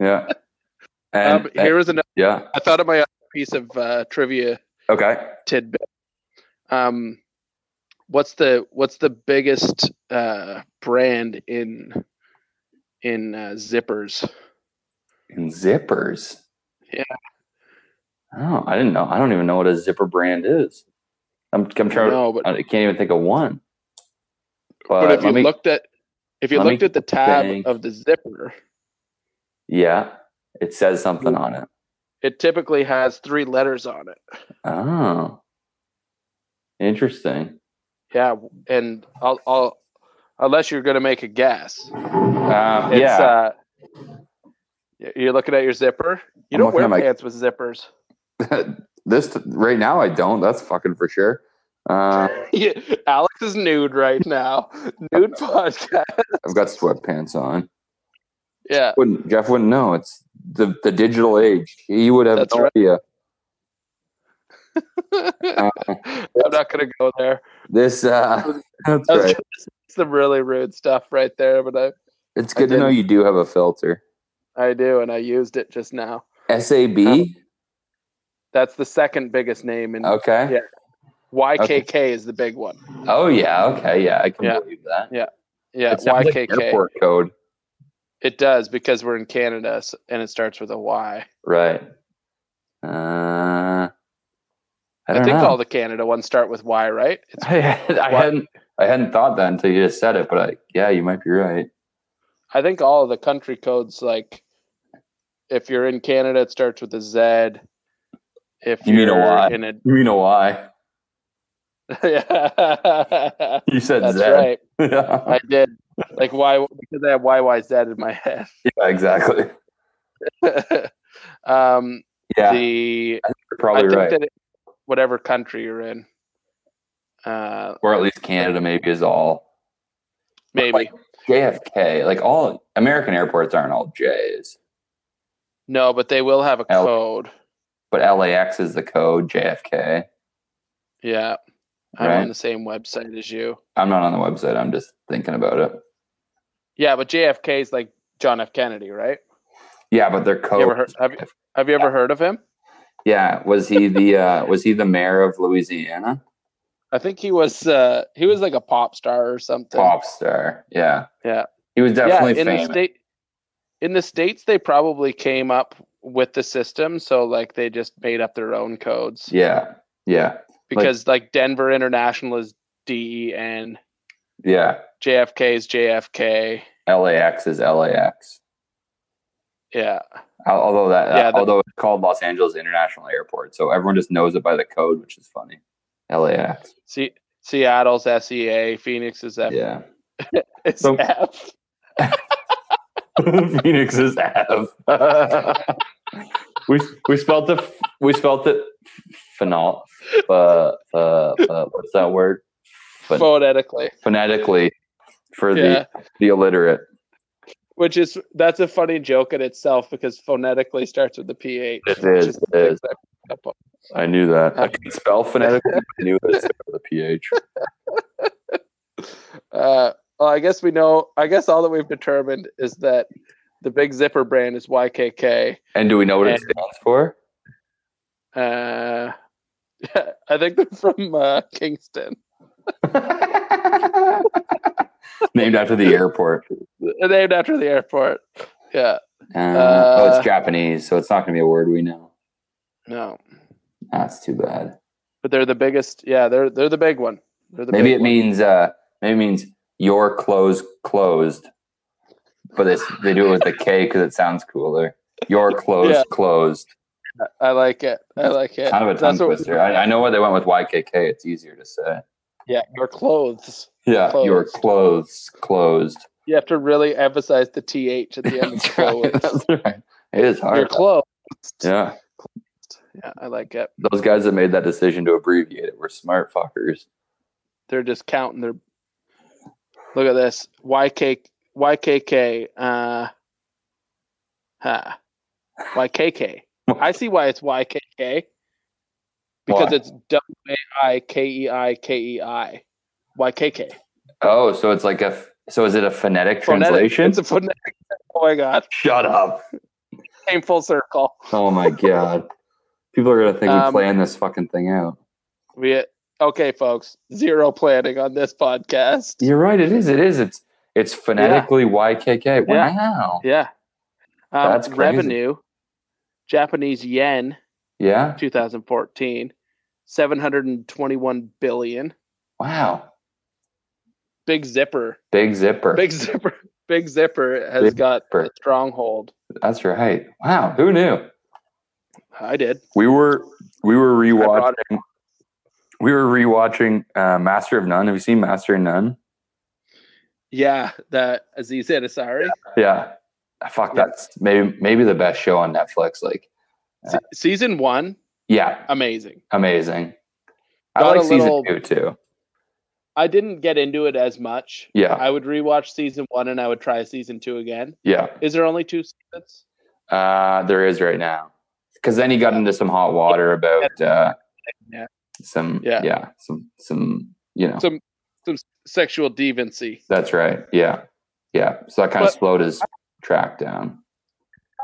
[SPEAKER 2] Yeah. And, uh,
[SPEAKER 1] um, here was another.
[SPEAKER 2] yeah.
[SPEAKER 1] I thought of my other piece of uh, trivia
[SPEAKER 2] Okay.
[SPEAKER 1] tidbit. Um, what's the what's the biggest uh, brand in in uh, zippers?
[SPEAKER 2] And zippers.
[SPEAKER 1] Yeah.
[SPEAKER 2] Oh, I didn't know. I don't even know what a zipper brand is. I'm, I'm trying.
[SPEAKER 1] No, but
[SPEAKER 2] I can't even think of one.
[SPEAKER 1] but if
[SPEAKER 2] let
[SPEAKER 1] you
[SPEAKER 2] me-
[SPEAKER 1] looked at if you
[SPEAKER 2] let me
[SPEAKER 1] looked at the tab
[SPEAKER 2] think.
[SPEAKER 1] of the zipper,
[SPEAKER 2] yeah, it says something on it.
[SPEAKER 1] it typically has three letters on it.
[SPEAKER 2] Oh, interesting.
[SPEAKER 1] Yeah, and I'll, I'll unless you're going to make a guess.
[SPEAKER 2] Uh,
[SPEAKER 1] It's,
[SPEAKER 2] yeah,
[SPEAKER 1] Uh, y- you're looking at your zipper. You
[SPEAKER 2] I'm
[SPEAKER 1] don't
[SPEAKER 2] looking
[SPEAKER 1] wear
[SPEAKER 2] at my-
[SPEAKER 1] pants with zippers.
[SPEAKER 2] uh, [laughs] this right now I don't. That's fucking for sure.
[SPEAKER 1] [laughs]
[SPEAKER 2] Uh,
[SPEAKER 1] Yeah, Alex is nude right now. Nude podcast.
[SPEAKER 2] I've got sweatpants on.
[SPEAKER 1] Yeah,
[SPEAKER 2] Wouldn't Jeff wouldn't know? It's the the digital age. He would have
[SPEAKER 1] That's
[SPEAKER 2] no
[SPEAKER 1] right.
[SPEAKER 2] idea.
[SPEAKER 1] I'm not going to go there.
[SPEAKER 2] This uh, that's
[SPEAKER 1] That's
[SPEAKER 2] right.
[SPEAKER 1] some really rude stuff right there, but
[SPEAKER 2] It's
[SPEAKER 1] I
[SPEAKER 2] good to know
[SPEAKER 1] didn't.
[SPEAKER 2] you do have a filter.
[SPEAKER 1] I, I do, and I used it just now.
[SPEAKER 2] SAB.
[SPEAKER 1] That's the second biggest name, and
[SPEAKER 2] okay.
[SPEAKER 1] Uh, yeah. YKK
[SPEAKER 2] okay.
[SPEAKER 1] is the big one.
[SPEAKER 2] Oh yeah. Okay. Yeah, I can
[SPEAKER 1] Yeah.
[SPEAKER 2] believe that.
[SPEAKER 1] Yeah,
[SPEAKER 2] It sounds like
[SPEAKER 1] YKK.
[SPEAKER 2] airport code.
[SPEAKER 1] It does because we're in Canada s- and it starts with a Y.
[SPEAKER 2] Right. Uh, I
[SPEAKER 1] I,
[SPEAKER 2] don't
[SPEAKER 1] think
[SPEAKER 2] know.
[SPEAKER 1] all the Canada ones start with Y, right? It's,
[SPEAKER 2] [laughs] I, had, I
[SPEAKER 1] Why-
[SPEAKER 2] hadn't. I hadn't thought that until you just said it. But I, yeah, you might be right.
[SPEAKER 1] I think all of the country codes, like if you're in Canada, it starts with a Z. If
[SPEAKER 2] You mean a
[SPEAKER 1] are
[SPEAKER 2] Y.
[SPEAKER 1] in a [laughs]
[SPEAKER 2] You know why?
[SPEAKER 1] yeah,
[SPEAKER 2] You said
[SPEAKER 1] that's
[SPEAKER 2] Zed. [laughs]
[SPEAKER 1] right. I did. like why because I have YYZ in my head. [laughs]
[SPEAKER 2] Yeah, exactly.
[SPEAKER 1] um,
[SPEAKER 2] Yeah,
[SPEAKER 1] The
[SPEAKER 2] you're
[SPEAKER 1] I
[SPEAKER 2] probably
[SPEAKER 1] think
[SPEAKER 2] right.
[SPEAKER 1] that it, whatever country you're in, uh,
[SPEAKER 2] or at least Canada maybe is all
[SPEAKER 1] maybe
[SPEAKER 2] like- JFK. Like all American airports aren't all J's,
[SPEAKER 1] no, but they will have a
[SPEAKER 2] L-
[SPEAKER 1] code.
[SPEAKER 2] but LAX is the code JFK.
[SPEAKER 1] Yeah, I'm
[SPEAKER 2] Right.
[SPEAKER 1] on the same website as you.
[SPEAKER 2] I'm not on the website. I'm just thinking about it.
[SPEAKER 1] Yeah, but JFK is like John F. Kennedy, right?
[SPEAKER 2] Yeah, but their
[SPEAKER 1] You ever
[SPEAKER 2] code.
[SPEAKER 1] heard, have you have you ever heard of him?
[SPEAKER 2] Yeah, was he the uh, [laughs] was he the mayor of Louisiana?
[SPEAKER 1] I think he was uh, he was like a pop star or something.
[SPEAKER 2] Pop star. Yeah,
[SPEAKER 1] Yeah.
[SPEAKER 2] He was definitely
[SPEAKER 1] yeah, in
[SPEAKER 2] famous.
[SPEAKER 1] the state in the states they probably came up with the system so like they just made up their own codes
[SPEAKER 2] yeah, yeah,
[SPEAKER 1] because like denver international is E de and
[SPEAKER 2] yeah.
[SPEAKER 1] jfk is jfk
[SPEAKER 2] LAX is LAX.
[SPEAKER 1] yeah
[SPEAKER 2] Al- Although that,
[SPEAKER 1] Yeah, the-
[SPEAKER 2] although it's called Los Angeles International Airport, so everyone just knows it by the code, which is funny. LAX.
[SPEAKER 1] Se- seattle's sea phoenix is f
[SPEAKER 2] Yeah.
[SPEAKER 1] it's
[SPEAKER 2] So- [laughs]
[SPEAKER 1] f
[SPEAKER 2] Phoenix is F. we we spelt the we spelt it phenol. Uh, uh, uh, what's that word? Phen-
[SPEAKER 1] phonetically
[SPEAKER 2] phonetically for
[SPEAKER 1] yeah
[SPEAKER 2] the the illiterate.
[SPEAKER 1] which is that's a funny joke in itself because phonetically starts with the ph
[SPEAKER 2] It
[SPEAKER 1] which
[SPEAKER 2] is.
[SPEAKER 1] the
[SPEAKER 2] It
[SPEAKER 1] thing
[SPEAKER 2] is.
[SPEAKER 1] that I picked up
[SPEAKER 2] I knew that. I
[SPEAKER 1] Uh,
[SPEAKER 2] could spell phonetically. but I knew that for the ph.
[SPEAKER 1] Uh, well, I guess we know. I guess all that we've determined is that the Big Zipper brand is YKK.
[SPEAKER 2] And do we know what
[SPEAKER 1] And-
[SPEAKER 2] it stands for? [laughs]
[SPEAKER 1] Uh, [laughs] I think they're from uh, Kingston.
[SPEAKER 2] Named after the airport.
[SPEAKER 1] They're Named after the airport. Yeah.
[SPEAKER 2] Uh, oh,
[SPEAKER 1] Uh,
[SPEAKER 2] it's Japanese, so it's not going to be a word we know.
[SPEAKER 1] No.
[SPEAKER 2] That's too bad.
[SPEAKER 1] But they're the biggest. Yeah, they're they're the big one. They're the
[SPEAKER 2] Maybe
[SPEAKER 1] big
[SPEAKER 2] it
[SPEAKER 1] one.
[SPEAKER 2] means uh, maybe it means your clothes closed, but it's, they do it with the K because it sounds cooler. Your clothes
[SPEAKER 1] Yeah.
[SPEAKER 2] closed.
[SPEAKER 1] I like it. I like it.
[SPEAKER 2] Kind of a tongue
[SPEAKER 1] That's what-
[SPEAKER 2] twister. I, I know why they went with YKK. It's easier to say.
[SPEAKER 1] Yeah, your clothes.
[SPEAKER 2] Yeah, your
[SPEAKER 1] Closed.
[SPEAKER 2] clothes
[SPEAKER 1] [laughs]
[SPEAKER 2] closed.
[SPEAKER 1] You have to really emphasize the th at the end of
[SPEAKER 2] [laughs]
[SPEAKER 1] clothes.
[SPEAKER 2] That's right. That's right. It is
[SPEAKER 1] Your
[SPEAKER 2] hard.
[SPEAKER 1] clothes.
[SPEAKER 2] Yeah,
[SPEAKER 1] Yeah, I like it.
[SPEAKER 2] those guys that made that decision to abbreviate it were smart fuckers.
[SPEAKER 1] They're just counting their Look at this. YK YKK. Uh, huh. YKK. I see why it's YKK because
[SPEAKER 2] Why?
[SPEAKER 1] it's W A I K E I K E I. YKK.
[SPEAKER 2] Oh, so it's like a f- so is it a phonetic
[SPEAKER 1] Phonetic.
[SPEAKER 2] translation?
[SPEAKER 1] It's a phonetic. [laughs] Oh my God. [laughs]
[SPEAKER 2] Shut up.
[SPEAKER 1] Came full circle.
[SPEAKER 2] Oh my god. People are gonna think we
[SPEAKER 1] Um,
[SPEAKER 2] planned this fucking thing out.
[SPEAKER 1] We, okay, folks. Zero planning on this podcast.
[SPEAKER 2] You're right, it is, it is. It's it's phonetically YKK.
[SPEAKER 1] Yeah.
[SPEAKER 2] Wow.
[SPEAKER 1] Yeah. Um,
[SPEAKER 2] That's crazy.
[SPEAKER 1] Revenue, Japanese yen,
[SPEAKER 2] Yeah.
[SPEAKER 1] 2014, 721 billion.
[SPEAKER 2] Wow.
[SPEAKER 1] Big zipper.
[SPEAKER 2] Big zipper.
[SPEAKER 1] Big Zipper, Big Zipper has
[SPEAKER 2] Big
[SPEAKER 1] got
[SPEAKER 2] zipper.
[SPEAKER 1] a stronghold.
[SPEAKER 2] That's right. Wow. Who knew?
[SPEAKER 1] I did.
[SPEAKER 2] We were we were
[SPEAKER 1] brought
[SPEAKER 2] rewatching we were rewatching uh, Master of None. Have you seen Master of None?
[SPEAKER 1] Yeah, that Aziz Ansari.
[SPEAKER 2] Yeah. Ah, Fuck
[SPEAKER 1] Yeah.
[SPEAKER 2] that's maybe maybe the best show on Netflix. Like
[SPEAKER 1] Se- season one,
[SPEAKER 2] yeah,
[SPEAKER 1] amazing.
[SPEAKER 2] amazing. I
[SPEAKER 1] Got
[SPEAKER 2] like
[SPEAKER 1] a little-
[SPEAKER 2] season two too.
[SPEAKER 1] I didn't get into it as much.
[SPEAKER 2] Yeah.
[SPEAKER 1] I would rewatch season one and I would try season two again.
[SPEAKER 2] Yeah.
[SPEAKER 1] Is there only two seasons?
[SPEAKER 2] Uh, there is right now. Because then he got
[SPEAKER 1] Yeah.
[SPEAKER 2] into some hot water about uh,
[SPEAKER 1] Yeah.
[SPEAKER 2] some
[SPEAKER 1] Yeah.
[SPEAKER 2] yeah. some some you know
[SPEAKER 1] So- Some sexual deviancy.
[SPEAKER 2] that's right yeah yeah so that kind
[SPEAKER 1] But-
[SPEAKER 2] of slowed his track down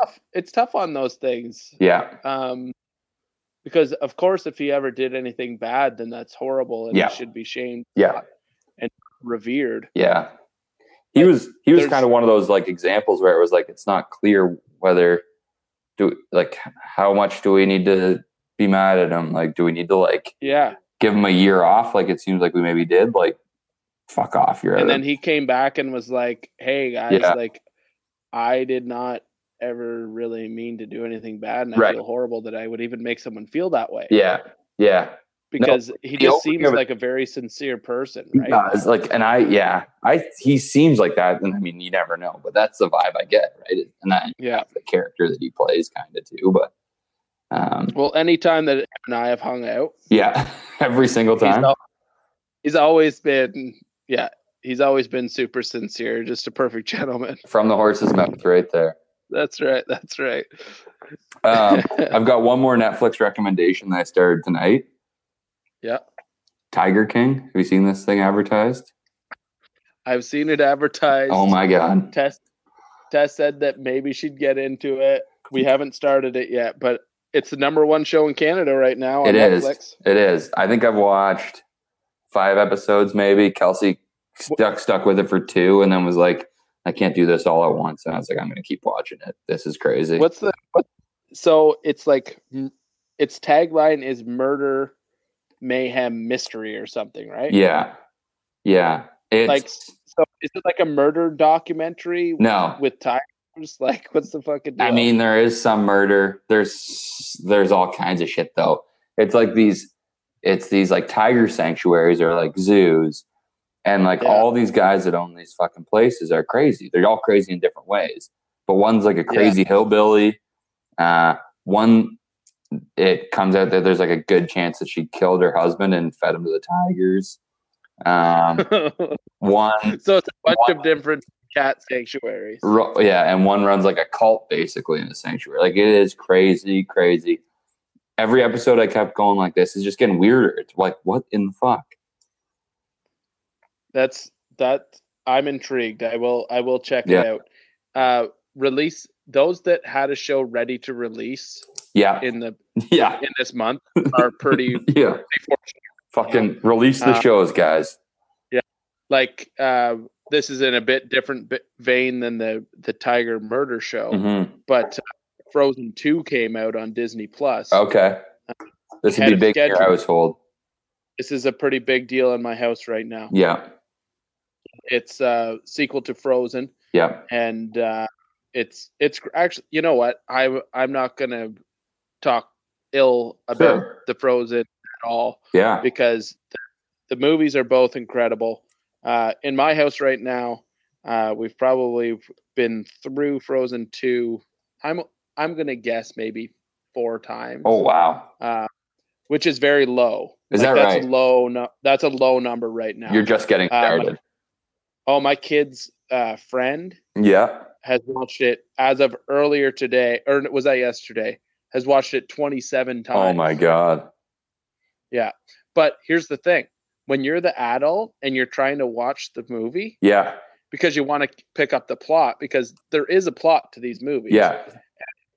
[SPEAKER 1] Tough. It's tough on those things.
[SPEAKER 2] yeah
[SPEAKER 1] Um, because of course, if he ever did anything bad, then that's horrible and
[SPEAKER 2] Yeah.
[SPEAKER 1] he should be shamed,
[SPEAKER 2] yeah
[SPEAKER 1] revered.
[SPEAKER 2] yeah he was he was
[SPEAKER 1] There's-
[SPEAKER 2] kind of one of those like examples where it was like it's not clear whether do like how much do we need to be mad at him like do we need to like
[SPEAKER 1] Yeah.
[SPEAKER 2] give him a year off like it seems like we maybe did like fuck off you're
[SPEAKER 1] and
[SPEAKER 2] out of-
[SPEAKER 1] then he came back and was like, "Hey guys,
[SPEAKER 2] Yeah.
[SPEAKER 1] like I did not ever really mean to do anything bad, and I
[SPEAKER 2] Right.
[SPEAKER 1] feel horrible that I would even make someone feel that way."
[SPEAKER 2] yeah yeah
[SPEAKER 1] because he
[SPEAKER 2] the
[SPEAKER 1] just seems
[SPEAKER 2] opening of it-
[SPEAKER 1] like a very sincere person,
[SPEAKER 2] He
[SPEAKER 1] right?
[SPEAKER 2] does. Like, and I, yeah, I, he seems like that. And I mean, you never know, but that's the vibe I get, right? And I,
[SPEAKER 1] Yeah.
[SPEAKER 2] the character that he plays kind of too, but, um,
[SPEAKER 1] Well, anytime that him and I have hung out,
[SPEAKER 2] yeah, [laughs] every single
[SPEAKER 1] he's,
[SPEAKER 2] time.
[SPEAKER 1] al- he's always been, yeah, he's always been super sincere, just a perfect [laughs] gentleman.
[SPEAKER 2] From the horse's mouth right there.
[SPEAKER 1] That's right. That's right. [laughs]
[SPEAKER 2] Um, I've got one more Netflix recommendation that I started tonight.
[SPEAKER 1] Yeah.
[SPEAKER 2] Tiger King. Have you seen this thing advertised?
[SPEAKER 1] I've seen it advertised.
[SPEAKER 2] Oh my God.
[SPEAKER 1] Tess, Tess said that maybe she'd get into it. We haven't started it yet, but it's the number one show in Canada right now on
[SPEAKER 2] It is.
[SPEAKER 1] Netflix.
[SPEAKER 2] It is. I think I've watched five episodes, maybe. Kelsey stuck stuck with it for two, and then was like, "I can't do this all at once." And I was like, "I'm going to keep watching it. This is crazy."
[SPEAKER 1] What's the what? So it's like m- its tagline is murder, mayhem, mystery, or something, right?
[SPEAKER 2] Yeah, yeah. It's
[SPEAKER 1] Like- So is it like a murder documentary
[SPEAKER 2] no.
[SPEAKER 1] with tigers? [laughs] Like, what's the fucking? Deal?
[SPEAKER 2] I
[SPEAKER 1] [laughs]
[SPEAKER 2] mean, there is some murder. There's there's all kinds of shit though. It's like these, it's these like tiger sanctuaries or like zoos, and like
[SPEAKER 1] Yeah.
[SPEAKER 2] all these guys that own these fucking places are crazy. They're all crazy in different ways. But one's like a crazy hillbilly. Uh, one, it comes out that there's like a good chance that she killed her husband and fed him to the tigers.
[SPEAKER 1] [laughs]
[SPEAKER 2] Um, one
[SPEAKER 1] so it's a bunch of different cat sanctuaries.
[SPEAKER 2] Ru- yeah, and one runs like a cult basically in the sanctuary. Like it is crazy, crazy. Every episode I kept going like this is just getting weirder. It's like what in the fuck?
[SPEAKER 1] That's that. I'm intrigued. I will. I will check
[SPEAKER 2] Yeah.
[SPEAKER 1] it out. Uh, release those that had a show ready to release
[SPEAKER 2] Yeah, [laughs]
[SPEAKER 1] in the
[SPEAKER 2] yeah,
[SPEAKER 1] in this month are pretty, pretty
[SPEAKER 2] yeah.
[SPEAKER 1] fortunate.
[SPEAKER 2] Fucking release the
[SPEAKER 1] Uh,
[SPEAKER 2] shows, guys.
[SPEAKER 1] like uh, this is in a bit different bi- vein than the the Tiger Murder Show,
[SPEAKER 2] Mhm.
[SPEAKER 1] but uh, Frozen Two came out on Disney Plus.
[SPEAKER 2] Okay, this would
[SPEAKER 1] Ahead
[SPEAKER 2] be
[SPEAKER 1] of
[SPEAKER 2] big in your
[SPEAKER 1] schedule.
[SPEAKER 2] household.
[SPEAKER 1] This is a pretty big deal in my house right now.
[SPEAKER 2] Yeah,
[SPEAKER 1] It's a sequel to Frozen,
[SPEAKER 2] yeah.
[SPEAKER 1] and uh, it's it's gr- actually you know what I I'm not gonna talk ill about
[SPEAKER 2] Sure.
[SPEAKER 1] the Frozen at all
[SPEAKER 2] Yeah,
[SPEAKER 1] because the, the movies are both incredible. Uh, in my house right now, uh, we've probably been through Frozen two. I'm I'm gonna guess maybe four times.
[SPEAKER 2] Oh wow,
[SPEAKER 1] uh, which is very low.
[SPEAKER 2] Is that
[SPEAKER 1] that's
[SPEAKER 2] right?
[SPEAKER 1] Low. No, that's a low number right now.
[SPEAKER 2] you're just getting
[SPEAKER 1] Uh,
[SPEAKER 2] started.
[SPEAKER 1] oh, my kid's uh, friend
[SPEAKER 2] yeah,
[SPEAKER 1] has watched it as of earlier today, or was that yesterday? Has watched it 27 times.
[SPEAKER 2] oh my god.
[SPEAKER 1] But here's the thing when you're the adult and you're trying to watch the movie
[SPEAKER 2] Yeah,
[SPEAKER 1] because you want to pick up the plot, because there is a plot to these movies.
[SPEAKER 2] yeah,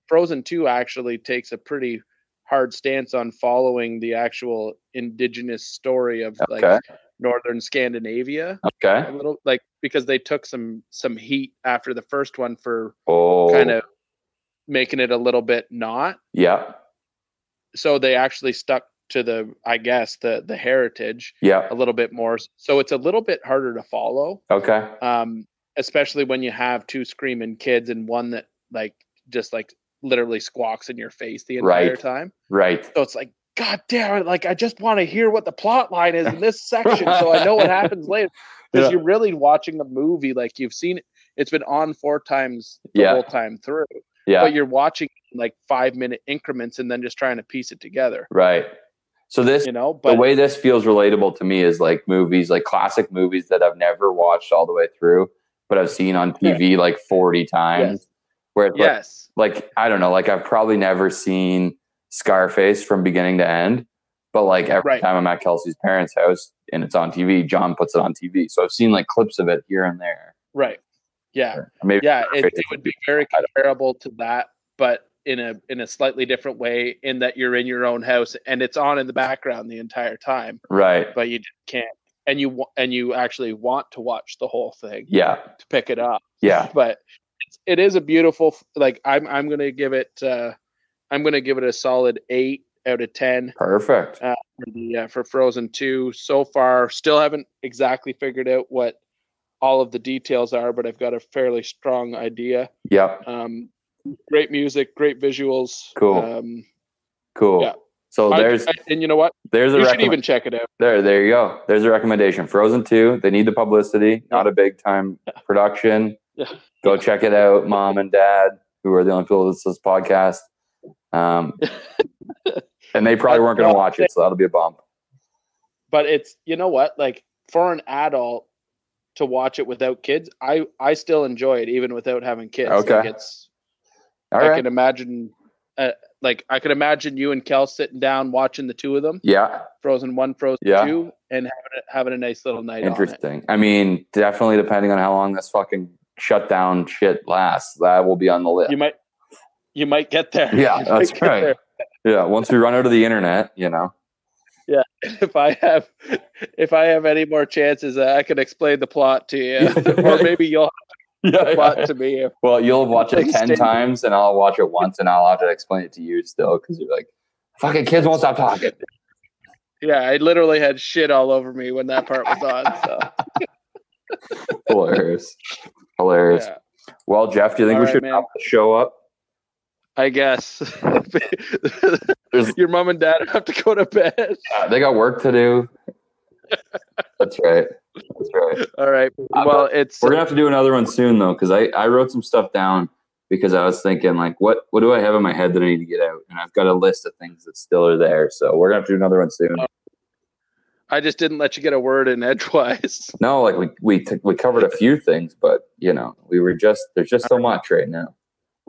[SPEAKER 1] Frozen 2 actually takes a pretty hard stance on following the actual indigenous story of
[SPEAKER 2] Okay. Uh-huh.
[SPEAKER 1] like northern Scandinavia a
[SPEAKER 2] okay.
[SPEAKER 1] little like because they took some some heat after the first one for
[SPEAKER 2] Oh,
[SPEAKER 1] kind of making it a little bit not
[SPEAKER 2] Yeah,
[SPEAKER 1] so they actually stuck to the I guess the the heritage
[SPEAKER 2] yeah.
[SPEAKER 1] a little bit more. So it's a little bit harder to follow,
[SPEAKER 2] Okay.
[SPEAKER 1] um, especially when you have two screaming kids and one that like just like literally squawks in your face the entire
[SPEAKER 2] Right.
[SPEAKER 1] time.
[SPEAKER 2] Right.
[SPEAKER 1] So it's like, God damn it! Like I just want to hear what the plot line is in
[SPEAKER 2] [laughs]
[SPEAKER 1] this section, so I know what happens later. Because
[SPEAKER 2] Yeah.
[SPEAKER 1] you're really watching a movie like you've seen it. It's been on four times the
[SPEAKER 2] Yeah.
[SPEAKER 1] whole time through,
[SPEAKER 2] Yeah.
[SPEAKER 1] but you're watching like five minute increments and then just trying to piece it together.
[SPEAKER 2] Right. So this
[SPEAKER 1] You know,
[SPEAKER 2] the
[SPEAKER 1] but
[SPEAKER 2] way this feels relatable to me is like movies, like classic movies that I've never watched all the way through, but I've seen on TV like 40 times. Where it's like-
[SPEAKER 1] yes,
[SPEAKER 2] like, I don't know, like I've probably never seen Scarface from beginning to end, but like every
[SPEAKER 1] Right.
[SPEAKER 2] time I'm at Kelsey's parents' house and it's on TV, John puts it on TV. So I've seen like clips of it here and there.
[SPEAKER 1] right, yeah.
[SPEAKER 2] Maybe
[SPEAKER 1] yeah it,
[SPEAKER 2] Perfect.
[SPEAKER 1] it would be very comparable to that but in a in a slightly different way in that you're in your own house and it's on in the background the entire time
[SPEAKER 2] right.
[SPEAKER 1] but you just can't and you wa- and you actually want to watch the whole thing
[SPEAKER 2] Yeah.
[SPEAKER 1] to pick it up
[SPEAKER 2] Yeah.
[SPEAKER 1] but it's, it is a beautiful f- like i'm i'm going to give it uh i'm going to give it a solid 8 out of 10
[SPEAKER 2] Perfect.
[SPEAKER 1] for the uh, for Frozen 2 so far. Still haven't exactly figured out what all of the details are, but I've got a fairly strong idea.
[SPEAKER 2] Yep.
[SPEAKER 1] Um, great music, great visuals.
[SPEAKER 2] Cool.
[SPEAKER 1] Um,
[SPEAKER 2] Cool.
[SPEAKER 1] Yeah.
[SPEAKER 2] So
[SPEAKER 1] I-
[SPEAKER 2] there's
[SPEAKER 1] I- and you know what?
[SPEAKER 2] there's a
[SPEAKER 1] You should
[SPEAKER 2] recommend-
[SPEAKER 1] even check it out.
[SPEAKER 2] there there you go. There's a recommendation. Frozen two. They need the publicity. Not a big time production.
[SPEAKER 1] Yeah.
[SPEAKER 2] Go check it out, mom and dad, who are the only people that's this podcast. Um,
[SPEAKER 1] [laughs]
[SPEAKER 2] and they probably weren't going to watch it, so that'll be a bump.
[SPEAKER 1] But it's you know what? Like for an adult to watch it without kids, I I still enjoy it even without having kids. Like
[SPEAKER 2] Okay.
[SPEAKER 1] it's
[SPEAKER 2] All
[SPEAKER 1] I
[SPEAKER 2] right.
[SPEAKER 1] can imagine uh, like I can imagine you and Kel sitting down watching the two of them,
[SPEAKER 2] Yeah.
[SPEAKER 1] Frozen 1, Frozen
[SPEAKER 2] Yeah.
[SPEAKER 1] 2 and having a, having a nice little night on it.
[SPEAKER 2] Interesting. I mean, definitely depending on how long this fucking shutdown shit lasts, that will be on the list.
[SPEAKER 1] You might you might get there.
[SPEAKER 2] Yeah,
[SPEAKER 1] [laughs] You might
[SPEAKER 2] that's
[SPEAKER 1] get
[SPEAKER 2] right.
[SPEAKER 1] there.
[SPEAKER 2] Yeah. Once we run out of the internet,
[SPEAKER 1] [laughs]
[SPEAKER 2] you know.
[SPEAKER 1] If I have if I have any more chances, I can explain the plot to you. [laughs]
[SPEAKER 2] [laughs]
[SPEAKER 1] or maybe you'll
[SPEAKER 2] Yeah,
[SPEAKER 1] have the plot to me if
[SPEAKER 2] Well, you'll watch it
[SPEAKER 1] Like,
[SPEAKER 2] ten
[SPEAKER 1] stay-
[SPEAKER 2] times, and I'll watch it once, and I'll have to explain it to you still because you're like, "Fucking kids won't
[SPEAKER 1] [laughs]
[SPEAKER 2] stop talking."
[SPEAKER 1] Yeah, I literally had shit all over me when that part was on. So
[SPEAKER 2] Hilarious, hilarious.
[SPEAKER 1] yeah,
[SPEAKER 2] Well, Jeff, do you think
[SPEAKER 1] All
[SPEAKER 2] we
[SPEAKER 1] right,
[SPEAKER 2] should
[SPEAKER 1] man.
[SPEAKER 2] wrap the show up?
[SPEAKER 1] I guess [laughs] your mom and dad have to go to bed. [laughs]
[SPEAKER 2] Uh, they got work to do. That's right. That's right.
[SPEAKER 1] All right. Well, it's
[SPEAKER 2] Uh, We're gonna have to do another one soon though, because I I wrote some stuff down because I was thinking like, what what do I have in my head that I need to get out? And I've got a list of things that still are there. So we're gonna have to do another one soon.
[SPEAKER 1] I just didn't let you get a word in edgewise.
[SPEAKER 2] No, like we we t- we covered a few things, but you know, we were just there's just so much right now.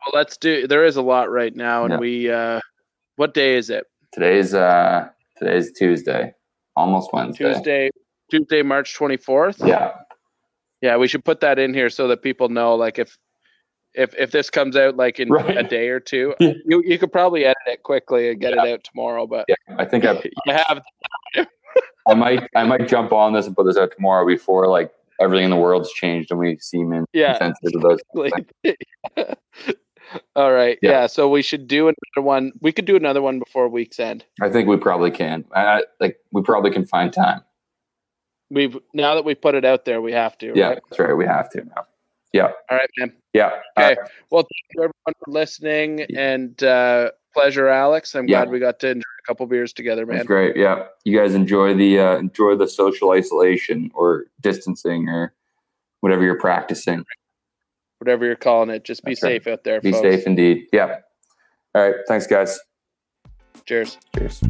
[SPEAKER 1] Well, let's do. There is a lot right now, and
[SPEAKER 2] Yeah.
[SPEAKER 1] we. uh What day is it?
[SPEAKER 2] Today's uh today's Tuesday, almost Wednesday.
[SPEAKER 1] Tuesday. Tuesday, March twenty fourth.
[SPEAKER 2] Yeah,
[SPEAKER 1] Yeah, we should put that in here so that people know. Like, if if if this comes out like in
[SPEAKER 2] Right.
[SPEAKER 1] a day or two,
[SPEAKER 2] [laughs] Yeah.
[SPEAKER 1] you you could probably edit it quickly and get it out tomorrow. But
[SPEAKER 2] yeah. I think I,
[SPEAKER 1] you have
[SPEAKER 2] I might I might jump on this and put this out tomorrow before like everything in the world's changed and we seem in-
[SPEAKER 1] Yeah.
[SPEAKER 2] insensitive to those.
[SPEAKER 1] Like- [laughs] All right.
[SPEAKER 2] Yeah.
[SPEAKER 1] Yeah. So we should do another one. We could do another one before week's end.
[SPEAKER 2] I think we probably can. I, I- like we probably can find time.
[SPEAKER 1] We've now that we put it out there, we have to.
[SPEAKER 2] Yeah,
[SPEAKER 1] Right?
[SPEAKER 2] that's right. We have to now. Yeah,
[SPEAKER 1] All right, man.
[SPEAKER 2] yeah.
[SPEAKER 1] Okay.
[SPEAKER 2] Uh,
[SPEAKER 1] Well, thank you everyone for listening and uh, pleasure, Alex. I'm
[SPEAKER 2] Yeah.
[SPEAKER 1] glad we got to enjoy a couple beers together,
[SPEAKER 2] that's
[SPEAKER 1] man.
[SPEAKER 2] great. Yeah, you guys enjoy the uh, enjoy the social isolation or distancing or whatever you're practicing.
[SPEAKER 1] Whatever you're calling it, just be
[SPEAKER 2] That's right.
[SPEAKER 1] safe out there,
[SPEAKER 2] Be
[SPEAKER 1] folks.
[SPEAKER 2] safe indeed. Yeah. All right. Thanks, guys.
[SPEAKER 1] Cheers.
[SPEAKER 2] Cheers.